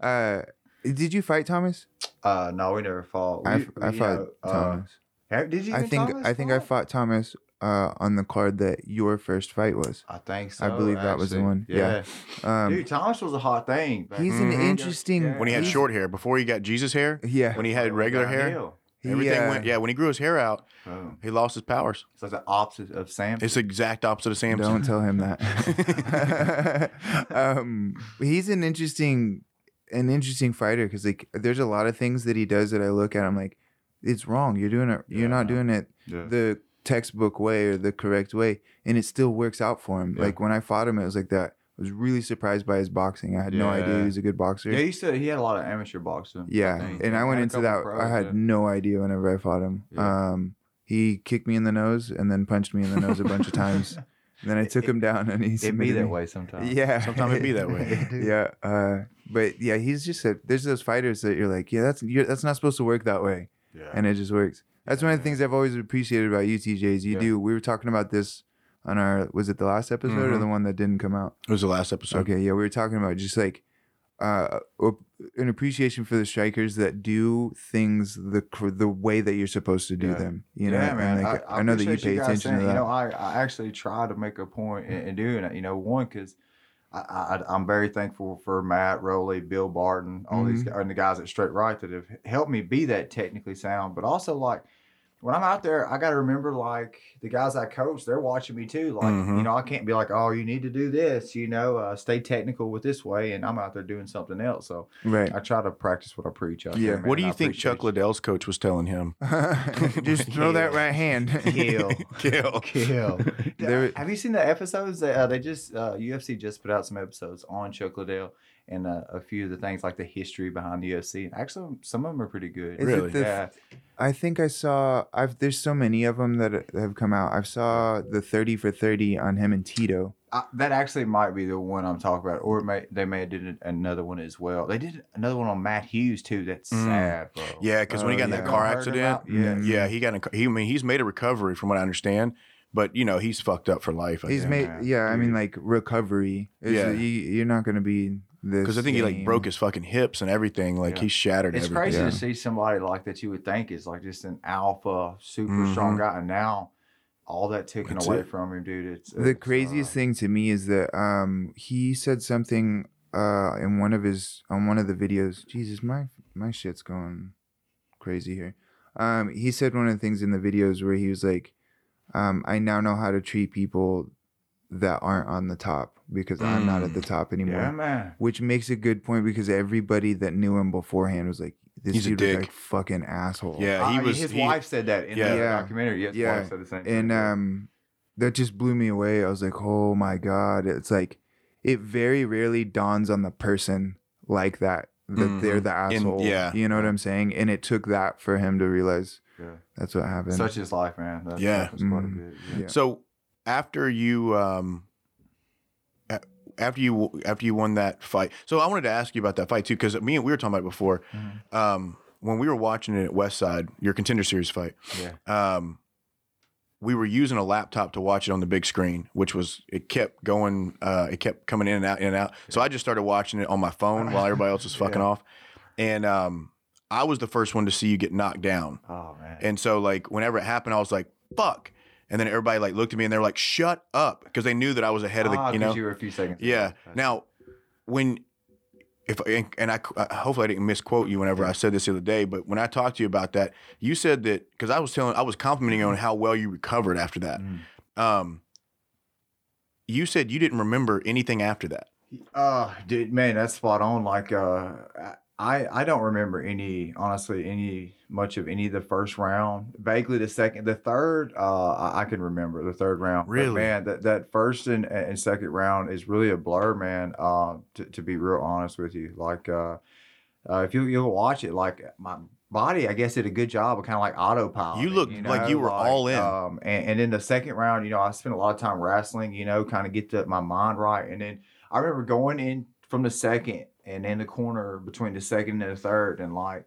C: uh, did you fight Thomas?
E: (laughs) uh, no, we never fought. We,
C: I, f- I
E: you
C: fought
E: know, uh,
C: Thomas.
E: have- did you?
C: I
E: even
C: think
E: Thomas
C: I think I fought Thomas uh, on the card that your first fight was.
E: I think so.
C: believe that was the
E: actually.
C: one. Yeah. Um,
E: dude, Thomas was a hot thing. back
C: he's
E: then.
C: an
D: Mhm.
C: interesting
E: Yeah.
D: When he had
C: he's-
D: short hair, before he got Jesus hair,
C: Yeah.
D: when he had regular hair,
E: Downhill.
C: he,
D: everything
C: uh,
D: went. Yeah, when he grew his hair out,
E: Boom.
D: he lost his powers.
E: It's like the opposite of Sam.
D: It's the exact opposite of Samson.
C: Don't tell him that. (laughs) um, he's an interesting, an interesting fighter because like there's a lot of things that he does that I look at. I'm like, it's wrong. You're doing it. You're not
E: Yeah.
C: doing it
E: Yeah.
C: the textbook way or the correct way, and it still works out for him.
E: Yeah.
C: Like when I fought him, it was like that. I was really surprised by his boxing. I had no idea
E: Yeah.
C: he was a good boxer.
E: yeah,
C: Yeah,
E: he said he had a lot of amateur boxing. think.
C: and I
E: Had
C: went
E: a
C: into
E: couple
C: that.
E: pros,
C: I had
E: yeah.
C: no idea whenever I fought him.
E: Yeah.
C: Um, he kicked me in the nose and then punched me in the nose
E: (laughs)
C: a bunch of times. And then I took him down, and he
E: It be
C: submitted
E: that
C: me.
E: way sometimes.
C: Yeah.
D: Sometimes it be that way.
C: (laughs) yeah. Uh, but yeah, he's just a, there's those fighters that you're like, yeah, that's you're, that's not supposed to work that way,
D: Yeah.
C: and it just works. That's one of the things I've always appreciated about you, TJ. Is you
E: Yeah.
C: do. We were talking about this on our was it the last episode or
E: Mm-hmm.
D: Mhm.
C: the one that didn't come out?
D: It was the last episode.
C: Okay, yeah, we were talking about just like uh, op- an appreciation for the strikers that do things the cor- the way that you're supposed to do
E: Yeah.
C: them. You know,
E: yeah,
C: and,
E: man.
C: like,
E: I, I,
C: know that you
E: appreciate
C: pay
E: guys
C: attention
E: saying,
C: to that.
E: You know, I, I actually try to make a point in, in doing it. You know, one because I, I I'm very thankful for Matt Rowley, Bill Barton, all these
C: Mm-hmm.
E: guys, and the guys at Straight Right that have helped me be that technically sound. But also like when I'm out there, I got to remember like the guys I coach, they're watching me too. Like
D: Mhm.
C: Mm-hmm.
E: you know, I can't be like, oh, you need to do this. You know, uh, stay technical with this way, and I'm out there doing something else. So
C: right.
E: I try to practice what I preach. out
C: Yeah.
E: there, man,
D: What do
E: and
D: you
E: I
D: think Chuck
E: appreciate you.
D: Liddell's coach was telling him?
C: (laughs) just throw that right hand.
E: (laughs) Kill. (laughs) (laughs)
D: Kill.
E: Kill.
C: There-
E: Have you seen the episodes? That, uh, they just uh, UFC just put out some episodes on Chuck Liddell and uh, a few of the things like the history behind the UFC. Actually, some of them are pretty good.
C: Is it
D: Really?
C: the-
E: yeah.
C: (laughs) I think I saw. I've there's so many of them that have come out. I saw the thirty for thirty on him and Tito.
E: I, that actually might be the one I'm talking about, or it may, they may have did an- another one as well. They did another one on Matt Hughes too. That's
D: Mm.
E: sad, bro.
D: (laughs) Yeah, because when he
C: Oh,
D: got in that
C: yeah.
D: car
E: Heard
D: accident, Mm-hmm.
E: about- yeah.
D: yeah, he got in. a ca- He I mean, he's made a recovery from what I understand, but you know, he's fucked up for life. I
C: He's
D: think.
C: made.
E: yeah,
C: Yeah, I mean
E: dude.
C: like recovery.
D: Yeah.
C: yeah, you, you're not gonna be this.
D: because I think he like
C: same.
D: broke his fucking hips and everything. Like
E: Yeah.
D: he's shattered.
E: It's
D: everything.
E: crazy
C: Yeah.
E: to see somebody like that you would think is like just an alpha, super strong
D: Mhm.
E: guy, and now all that taken
D: That's
E: away
D: it.
E: from him, dude. It's
C: The
E: it's,
C: craziest
E: uh,
C: thing to me is that um he said something uh in one of his on one of the videos. Jesus, my my shit's going crazy here. Um, he said one of the things in the videos where he was like, um, "I now know how to treat people that aren't on the top because I'm not
D: Mm.
C: at the top anymore."
E: Yeah, man.
C: which makes a good point because everybody that knew him beforehand was like, "This
D: He's a
C: dude was
D: dick.
C: like fucking asshole."
D: Yeah, he
E: Uh,
D: was.
E: His
D: he-
E: wife said that in
D: Yeah.
E: the uh,
C: Yeah.
E: documentary. Yes,
C: Yeah.
E: wife said the same. thing.
C: and um, that just blew me away. I was like, "Oh my god!" It's like it very rarely dawns on the person like that that they're
D: Mhm.
C: the
D: And-
C: asshole.
D: yeah.
C: you know what I'm saying. And it took that for him to realize
E: Yeah.
C: that's what happened.
E: such is life, man. That's,
D: Yeah.
E: that was quite a
C: Mhm.
E: bit,
C: Yeah.
D: So after you, um, a- after you, after you won that fight, so I wanted to ask you about that fight too, because me and we were talking about it before.
E: Mhm.
D: Um, when we were watching it at West Side, your contender series fight,
E: Yeah.
D: um, we were using a laptop to watch it on the big screen, which was it kept going, uh, it kept coming in
E: (laughs)
D: and out, in and out. So I just started watching it on my phone while everybody else was fucking off, and um, I was the first one to see you get knocked down.
E: Oh man.
D: And so like whenever it happened, I was like, fuck. And then everybody like looked at me and they were like, shut up. Cause they knew that I was ahead of the,
E: Ah,
D: you
E: 'cause
D: know?
E: you were a few seconds.
D: Yeah.
E: ahead. That's-
D: Now, when if and, and I uh, hopefully I didn't misquote you whenever I said this the other day, but when I talked to you about that, you said that because I was telling I was complimenting you on how well you recovered after that.
E: Mm.
D: Um, you said you didn't remember anything after that.
E: Uh, dude, man, that's spot on. Like, uh, I I don't remember any, honestly, any much of any of the first round. Vaguely the second, the third, uh, I, I can remember the third round. But,
D: Really?
E: man, that that first and and second round is really a blur, man. Uh, to to be real honest with you, like, uh, uh if you you'll watch it, like uh, my body, I guess, did a good job of kind of like autopilot.
D: You looked like you were all in.
E: Um, and, and then the second round, you know, I spent a lot of time wrestling, you know, kind of get the, my mind right. And then I remember going in from the second and in the corner between the second and the third. And like,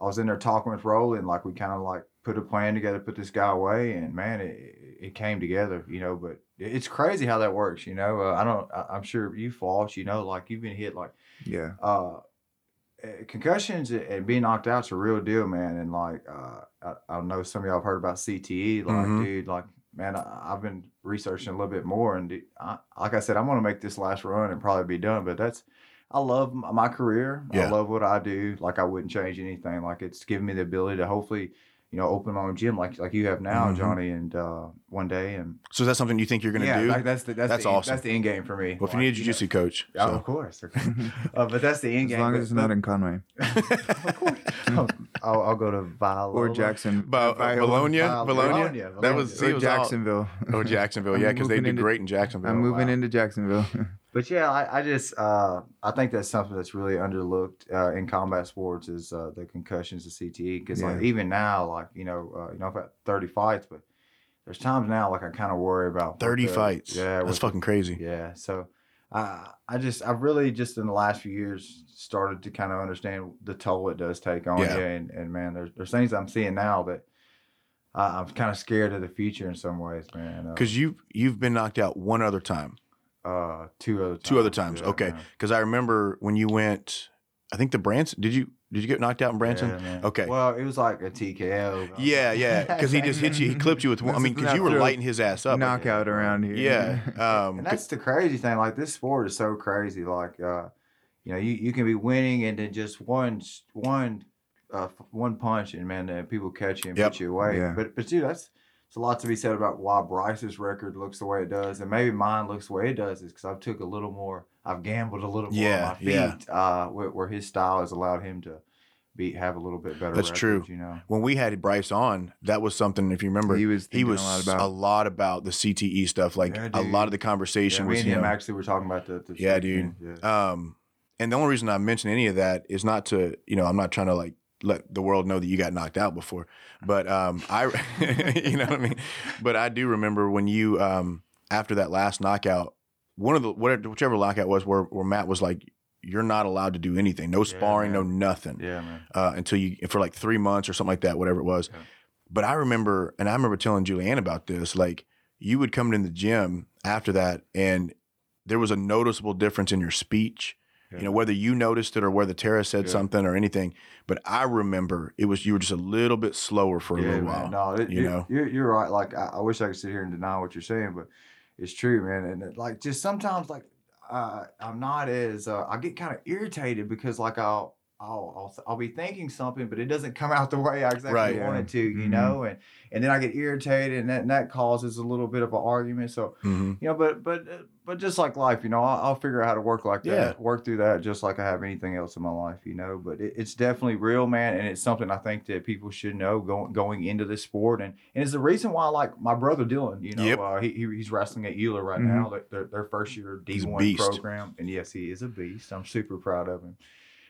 E: I was in there talking with Roland, like, we kind of like put a plan together, put this guy away. And man, it, it came together, you know, but it- it's crazy how that works, you know. Uh, I don't, I, I'm sure you fought, you know, like you've been hit like,
D: (laughs)
C: Yeah. (laughs)
E: uh, eh, concussions a- and being knocked out's a real deal, man. And like, uh, I, I know some of y'all have heard about CTE. Like,
D: Mhm.
E: dude, like, man, I, I've been researching a little bit more, and dude, I, like I said, I'm gonna make this last run and probably be done. But that's, I love m- my career.
D: Yeah.
E: I love what I do. Like, I wouldn't change anything. Like, it's given me the ability to hopefully. You know, open my own gym like like you have now,
D: Mhm.
E: Johnny, and uh, one day, and
D: So is that something you think you're gonna
E: yeah,
D: do?
E: like that's the that's,
D: That's
E: the, end-
D: awesome.
E: That's the end game for me.
D: well, if you
E: Like,
D: need a
E: know-
D: jujitsu coach,
E: Yeah,
D: so.
E: of course, (laughs) uh, but that's the end
C: As
E: game.
C: long
E: but-
C: as it's
E: but-
C: not in Conway
E: (laughs) I'll, I'll go to Viola.
C: or Jackson
D: Bo- uh,
C: Viola.
D: Bologna,
E: Viola.
D: Bologna.
E: Bologna,
D: That
E: Bologna.
D: was,
C: or
D: he was Jacksonville.
C: Jacksonville. (laughs)
D: (laughs) oh, Jacksonville.
C: I'm
D: Yeah, because they
C: moving
D: did
C: into-
D: great in Jacksonville.
C: I'm moving
E: wow.
C: into Jacksonville.
E: But yeah, I, I just uh, I think that's something that's really underlooked uh, in combat sports is uh, the concussions, the CTE. Because like
C: Yeah.
E: even now, like you know, uh, you know, I've had thirty fights, but there's times now like I kind of worry about what
D: 30
E: the-
D: fights.
E: Yeah,
D: that's
E: what the-
D: fucking crazy.
E: Yeah. So I I just I've really just in the last few years started to kind of understand the toll it does take on
D: Yeah.
E: you. And and man, there's there's things I'm seeing now that I, I'm kind of scared of the future in some ways, man. Uh,
D: Because you you've been knocked out one other time.
E: uh, two other times.
D: Two other times.
E: Yeah,
D: okay.
E: man.
D: Because I remember when you went, I think the Branson. Did you did you get knocked out in Branson?
E: Yeah, man.
D: Okay.
E: Well, it was like a TKO. (laughs)
D: Yeah, yeah. Because he just hit you. He clipped you with one. I
C: That's
D: mean, because
C: not
D: you were
C: true.
D: lighting his ass up.
C: Knockout around here. (laughs)
D: yeah. Um,
E: And that's the crazy thing. Like this sport is so crazy. Like, uh, you know, you, you can be winning and then just one s- one uh, f- one punch and man, then people catch you and
D: Yep.
E: put you away.
C: Yeah.
E: But but dude, that's it's a lot to be said about why Bryce's record looks the way it does, and maybe mine looks the way it does, is because I've took a little more, I've gambled a little more
D: Yeah,
E: on my feet,
D: yeah.
E: uh, where, where his style has allowed him to be have a little bit better.
D: That's
E: record,
D: true.
E: You know.
D: when we had Bryce on, that was something. If you remember,
C: he was
D: he
C: thinking
D: was
C: a lot about.
D: about the CTE stuff. Like
E: Yeah,
D: a
E: dude.
D: lot of the
E: Yeah,
D: conversation
E: me
D: was
E: and him
D: him.
E: actually were talking about the, the
D: Yeah, dude.
E: Yeah.
D: Um, and the only reason I mention any of that is not to, you know, I'm not trying to like let the world know that you got knocked out before,
E: Mm-hmm.
D: but um, I, (laughs) you know what I mean. But I do remember when you, um, after that last knockout, one of the whatever, whichever knockout was where where Matt was like, you're not allowed to do anything, no
E: Yeah,
D: sparring, no
E: man.
D: nothing
E: yeah, man.
D: uh, until you for like three months or something like that, whatever it was.
E: Yeah.
D: But I remember, and I remember telling Julianne about this. Like you would come in the gym after that, and there was a noticeable difference in your speech. You
E: Yeah.
D: know whether you noticed it or whether Tara said
E: Yeah.
D: something or anything. But I remember it was you were just a little bit slower for a little while.
E: man. No, it,
D: you
E: you
D: know?
E: you're, you're right. Like I, I wish I could sit here and deny what you're saying, but it's true, man. And it, like just sometimes, like uh, I'm not as uh, I get kind of irritated because like I'll. I'll, I'll s- I'll be thinking something, but it doesn't come out (laughs) the way I exactly
D: Right. Mm-hmm.
E: wanted to, you
C: Mhm.
E: know, and and then I get irritated, and that, and that causes a little bit of an argument. So
D: Mhm.
E: you know, but but uh, but just like life, you know, I'll, I'll figure out how to work like that, work through that, just like I have anything else in my life, you know. But it, it's definitely real, man, and it's something I think that people should know going going into this sport, and and it's the reason why, like my brother Dylan, you know,
D: Yep. Mm-hmm.
E: uh, he, he he's wrestling at Euler right
C: Mhm.
E: now, their, their, their first year D
D: He's a
E: one
D: beast.
E: program, and yes, he is a beast. I'm super proud of him,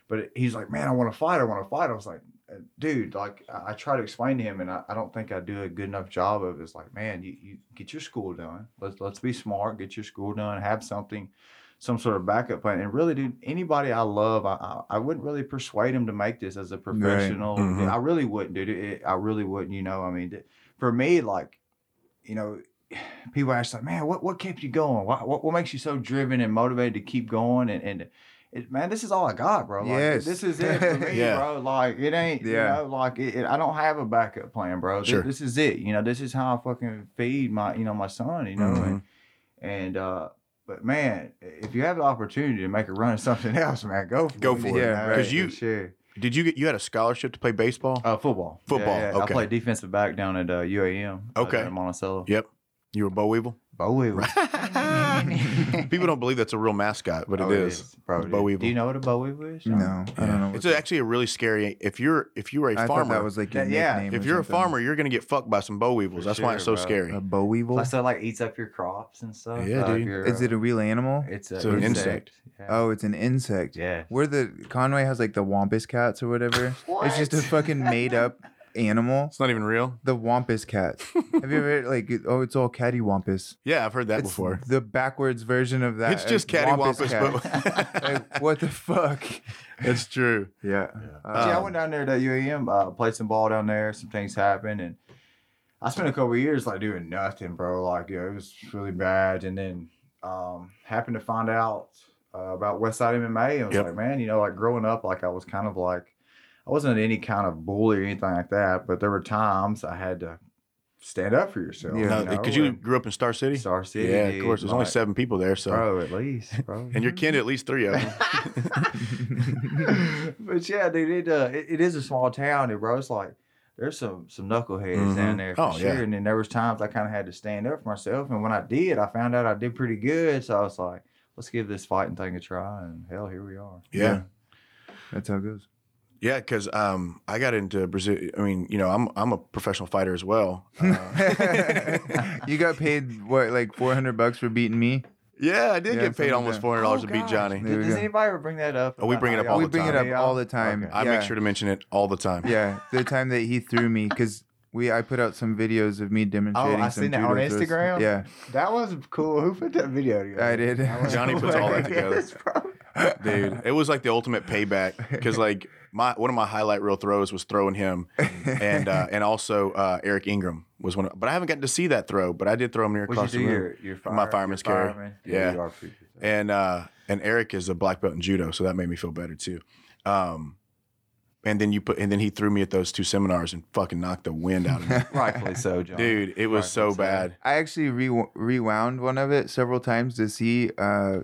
E: but he's like, man, I want to fight, I want to fight. I was like. uh, Dude, like I I try to explain to him, and I, I don't think I do a good enough job of it. It's like, man, you, you get your school done. Let's let's be smart. Get your school done. Have something some sort of backup plan. And really, dude, anybody I love, I I, I wouldn't really persuade him to make this as a professional.
D: Mhm.
E: I really wouldn't, dude. It, I really wouldn't. You know, I mean, th- for me, like, you know, (sighs) people ask like, man, what what kept you going? What what, what makes you so driven and motivated to keep going and and it, man, this is all I got, bro. Like,
C: Yes.
E: This is it for me,
D: Yeah.
E: bro. Like, it ain't,
C: Yeah.
E: you know, like, it, it- I don't have a backup plan, bro. Th-
D: Sure.
E: This, is it. You know, this is how I fucking feed my, you know, my son, you know. And,
D: Mm-hmm.
E: and, uh, but man, if you have the opportunity to make a run at something (laughs) else, man, go for
D: Go
E: it.
D: for
C: it. Yeah, right.
D: 'Cause you-
E: sure.
D: Did you get you had a scholarship to play baseball?
E: Uh, football.
D: Football,
E: Yeah, yeah. I
D: okay.
E: played defensive back down at uh, UAM. uh,
D: Okay.
E: down in Monticello.
D: yep. You were Bo Weevil.
E: Bowie. was-
D: People don't believe that's a real mascot, but
E: Oh,
D: it is.
E: bro.
D: It's Bo
E: Do you
D: Weevil.
E: know what a Bowie is?
C: (laughs) No, I don't know. what
D: It's
C: that-
D: actually a really scary. If you're if you're a
C: I thought
D: farmer,
C: that was like your
E: Yeah, yeah.
C: nickname.
D: if
C: or
D: you're a
C: something.
D: farmer, you're gonna get fucked by some Bo Weevils.
E: For
D: That's why it's so
E: sure, bro.
D: scary.
C: a bow weevil.
E: Plus, uh, that like eats up your crops and stuff.
D: Yeah,
E: uh, if
D: dude.
E: you're,
C: Is
E: uh,
C: it a real animal?
E: It's, a,
D: It's an insect.
E: Yeah.
C: Oh, it's an insect.
E: yeah.
C: Where the Conway has like the Wampus cats
E: (laughs)
C: or whatever. It's just a
E: What?
C: fucking made up animal.
D: It's not even real.
C: The Wampus cat. Have you
E: (laughs)
C: ever like it- oh it's all cattywampus.
D: Yeah, I've heard that
C: It's
D: before.
C: The backwards version of that. uh,
D: It's just
C: Wampus
D: cattywampus,
C: cat. like,
D: but
C: what the fuck?
D: (laughs) it's true.
C: Yeah.
E: See, I
C: Um,
E: went down there to UAM, uh, played some ball down there. Some things happened, and I spent a couple of years like doing nothing, bro. Like, yeah, it was really bad. And then um, happened to find out uh, about Westside MMA, and was
D: Yep.
E: like, man, you know, like growing up, like I was kind of like, I wasn't any kind of bully or anything like that, but there were times I had to stand up for yourself.
C: Yeah.
E: you
D: No,
E: know,
D: because you
E: and
D: grew up in Star City.
E: Star City.
D: yeah, of
E: dude,
D: course. There's only
E: like,
D: seven people there, so
E: Bro, at least, bro.
D: and you're kin to at least three of them.
E: (laughs) but yeah, dude, it, uh, it it is a small town, and bro, it's like there's some some knuckleheads down
D: Mhm.
E: there for
D: Oh,
E: sure.
D: yeah.
E: And then there was times I kind of had to stand up for myself, and when I did, I found out I did pretty good. So I was like, let's give this fighting thing a try, and hell, here we are.
D: yeah.
C: That's how it goes.
D: (laughs) Yeah, because um, I got into Brazil. I mean, you know, I'm I'm a professional fighter as well. Uh,
C: you got paid what, like four hundred bucks for beating me?
D: yeah, I did
C: Yeah,
D: get paid
C: something
D: almost
C: like that.
D: four hundred dollars
E: Oh,
D: to beat
E: gosh.
D: Johnny.
C: There
E: Did,
C: we
E: does
C: go.
E: anybody ever bring that up?
D: Oh, we
E: about
D: bring it
E: how
D: up
E: y'all-
D: all
C: we
D: the
C: bring
D: time.
C: it up all the time.
E: Okay.
D: I
C: yeah.
D: make sure to mention it all the time.
C: Yeah, the time that he threw me because we I put out some videos of me demonstrating.
E: I
C: some
E: seen that on
C: judo throws.
E: Instagram.
C: Yeah,
E: (laughs) That was cool. Who put that video together?
C: I did.
E: That was (laughs)
D: Johnny puts all that together.
E: hilarious, bro.
D: dude, it was like the ultimate payback. Because like my one of my highlight reel throws was throwing him,
E: (laughs)
D: and uh, and also uh, Eric Ingram was one. Of, but I haven't gotten to see that throw. But I did throw him near
E: What'd
D: across
E: you
D: the
E: do?
D: room.
E: Your, your fire,
D: My fireman's
E: your
D: carry.
E: fireman?
D: Yeah.
E: you are pretty good.
D: and uh and Eric is a black belt in judo, so that made me feel better too. Um and then you put and then he threw me at those two seminars and fucking knocked the wind out
E: (laughs)
D: of me.
E: rightfully so, John.
D: Dude, it was so
E: Rightfully
D: bad.
C: I actually re- rewound one of it several times to see uh,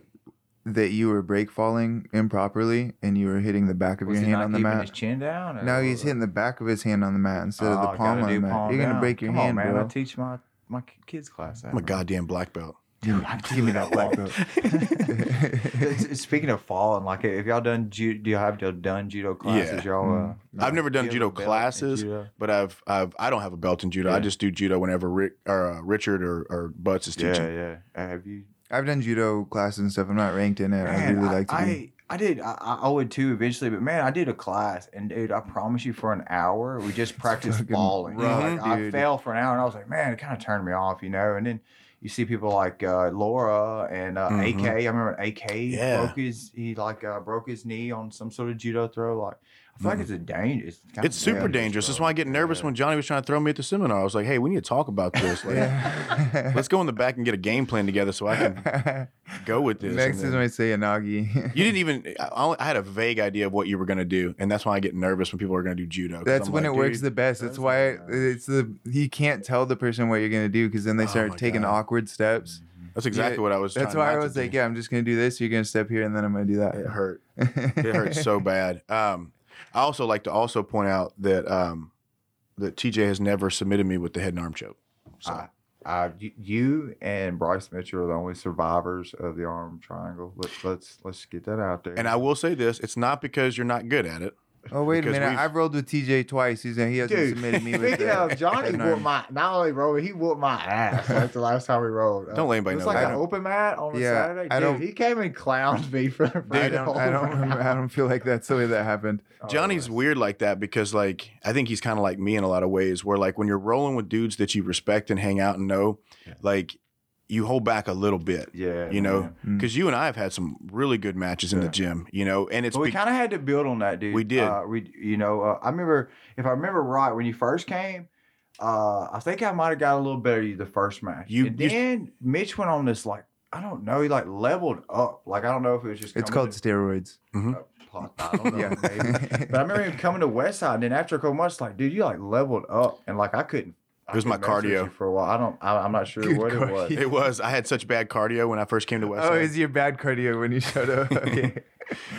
C: that you were break falling improperly and you were hitting the back of
E: Was
C: your
E: he
C: hand
E: not
C: on the
E: keeping his
C: mat.
E: chin down? or
C: No, he's
E: what?
C: hitting the back of his hand on the mat instead of
E: Oh,
C: the
E: gotta
C: palm on the
E: do
C: mat.
E: palm
C: You're gonna
E: down.
C: break your
E: Come on,
C: hand,
E: man.
C: bro.
E: I teach my my kids class that.
D: I'm a goddamn black belt.
C: Dude,
E: (laughs)
C: give me that black belt.
E: It's- (laughs)
D: (laughs)
E: it's- Speaking of falling, like if y'all done judo, do y'all have y'all done judo classes?
D: Yeah.
E: Y'all, uh,
D: I've never done
E: give
D: judo
E: a belt in
D: classes,
E: judo?
D: but I've I've I don't have a belt in judo. I
E: Yeah.
D: just do judo whenever Rick or uh, Richard or, or Butts is teaching.
E: Yeah, yeah. Uh, Have you?
C: I've done judo classes and stuff. I'm not ranked in it. I
E: Man,
C: really like to
E: I,
C: be.
E: I did. I, I would too eventually, but man, I did a class, and dude, I promise you, for an hour, we
C: (laughs)
E: just practiced
C: fucking
E: falling.
C: rough,
E: Like, I
C: dude.
E: fell for an hour, and I was like, man, it kind of turned me off, you know. And then you see people like uh, Laura and uh,
D: Mhm.
E: AK. I remember an AK
D: Yeah.
E: broke his he like uh, broke his knee on some sort of judo throw. Like I feel
D: Mhm.
E: like it's a dangerous. kind
D: It's
E: of
D: super dangerous. That's why I get nervous when Johnny was trying to throw me at the seminar. I was like, "Hey, we need to talk about
E: (laughs)
D: this.
C: (laughs)
D: Like,
C: Yeah.
D: (laughs) Let's go in the back and get a game plan together
C: (laughs)
D: so I can go with this."
C: Next
D: And
C: is
D: then-
C: when I say (laughs) Inagi.
D: You didn't even. I, only, I had a vague idea of what you were gonna do, and that's why I get nervous when people are gonna do judo. 'cause
C: That's
D: I'm
C: when
D: like,
C: it works
D: "Dude, uh,
C: the best. That's
E: that's
C: why
E: not bad.
C: it's the you can't tell the person what you're gonna do because then they
D: Oh
C: start
D: my
C: taking
D: God.
C: awkward steps.
E: Mm-hmm.
D: that's exactly
C: yeah,
D: what I was.
C: That's
D: trying
C: why I
D: not to
C: was
D: do.
C: like, yeah, I'm just gonna do this. You're gonna step here, and then I'm gonna do that.
D: It hurt.
C: (laughs)
D: It hurt so bad. Um, I also like to also point out that um, that TJ has never submitted me with the head and arm choke. So
E: I- Uh, you, you and Bryce Mitchell are the only survivors of the arm triangle. Let's let's let's get that out there.
D: and I will say this: it's not because you're not good at it.
C: oh wait a
D: Because
C: minute,
D: we've-
C: I've rolled with TJ twice. He's he hasn't
E: Dude,
C: submitted
E: (laughs)
C: me with
E: Speaking
C: that.
E: of, Johnny
C: Head
E: whooped
C: nod.
E: my not only rolled, he whooped my ass. That's the last time we rolled.
D: Don't let
E: Uh, It
D: anybody
E: was
D: know
E: like
D: that.
E: an open mat on a
C: Yeah,
E: Saturday.
C: I
E: Dude,
C: don't-
E: he came and clowned me for. for
C: I
E: the
C: don't,
E: whole
C: I don't
E: round.
C: remember. I don't feel like that's the way that happened.
E: Oh,
D: Johnny's
E: that's-
D: weird like that because like I think he's kind of like me in a lot of ways where like when you're rolling with dudes that you respect and hang out and know,
E: Yeah. Mm-hmm.
D: like you hold back a little bit.
E: Yeah,
D: you know,
E: man.
C: Mm.
D: because you and I have had some really good matches in the
E: Yeah.
D: gym, you know, and it's
E: But we
D: be-
E: kind of had to build on that, dude.
D: We did.
E: Uh, we, you know, uh, I remember if I remember right when you first came. Uh, I think I might have got a little better you the first match.
D: You-
E: and
D: you-
E: then Mitch went on this like I don't know. He like leveled up. Like I don't know if it was just
C: It's
E: coming
C: called
E: (laughs)
C: steroids.
E: to- uh, I don't know.
C: (laughs) Yeah.
E: maybe. But I remember him coming to West Side, and then after a couple months, like, dude, you like leveled up, and like I couldn't. I
D: It was my
E: couldn't mess with
D: cardio.
E: you for a while. I don't. I, I'm not sure
C: Good
E: what it was.
C: cardio.
D: (laughs) It was. I had such bad cardio when I first came to West.
C: oh,
D: Side.
C: is your bad cardio when you showed
E: (laughs)
C: up? Okay.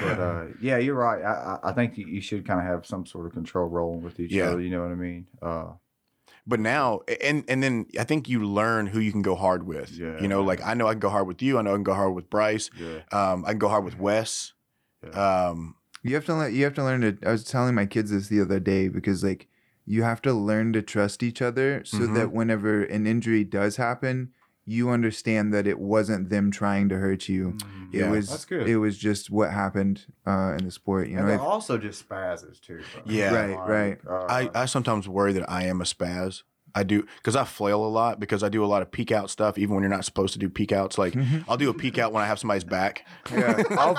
E: But uh, yeah, you're right. I, I I think you, you should kind of have some sort of control rolling with each
D: Yeah.
E: other. You know what I mean? Uh,
D: but now and and then I think you learn who you can go hard with.
E: Yeah.
D: You know, like I know I can go hard with you. I know I can go hard with Bryce.
E: yeah.
D: Um, I can go hard with Wes. Um,
C: You have to learn. You have to learn to. I was telling my kids this the other day because like you have to learn to trust each other so
E: Mm-hmm.
D: Mhm.
C: that whenever an injury does happen, you understand that it wasn't them trying to hurt you.
D: Yeah.
C: it was.
E: Mm-hmm. That's good.
C: It was just what happened uh, in the sport. You
E: and
C: know.
E: they're
C: If-
E: also just spazzes too. bro.
D: Yeah.
C: Right,
E: Uh,
D: I, I sometimes worry that I am a spaz. I do because I flail a lot because I do a lot of peek out stuff even when you're not supposed to do peek
C: (laughs)
D: outs. Like
C: Mm-hmm.
D: I'll do a peek out when I have somebody's back.
C: Yeah, I'll,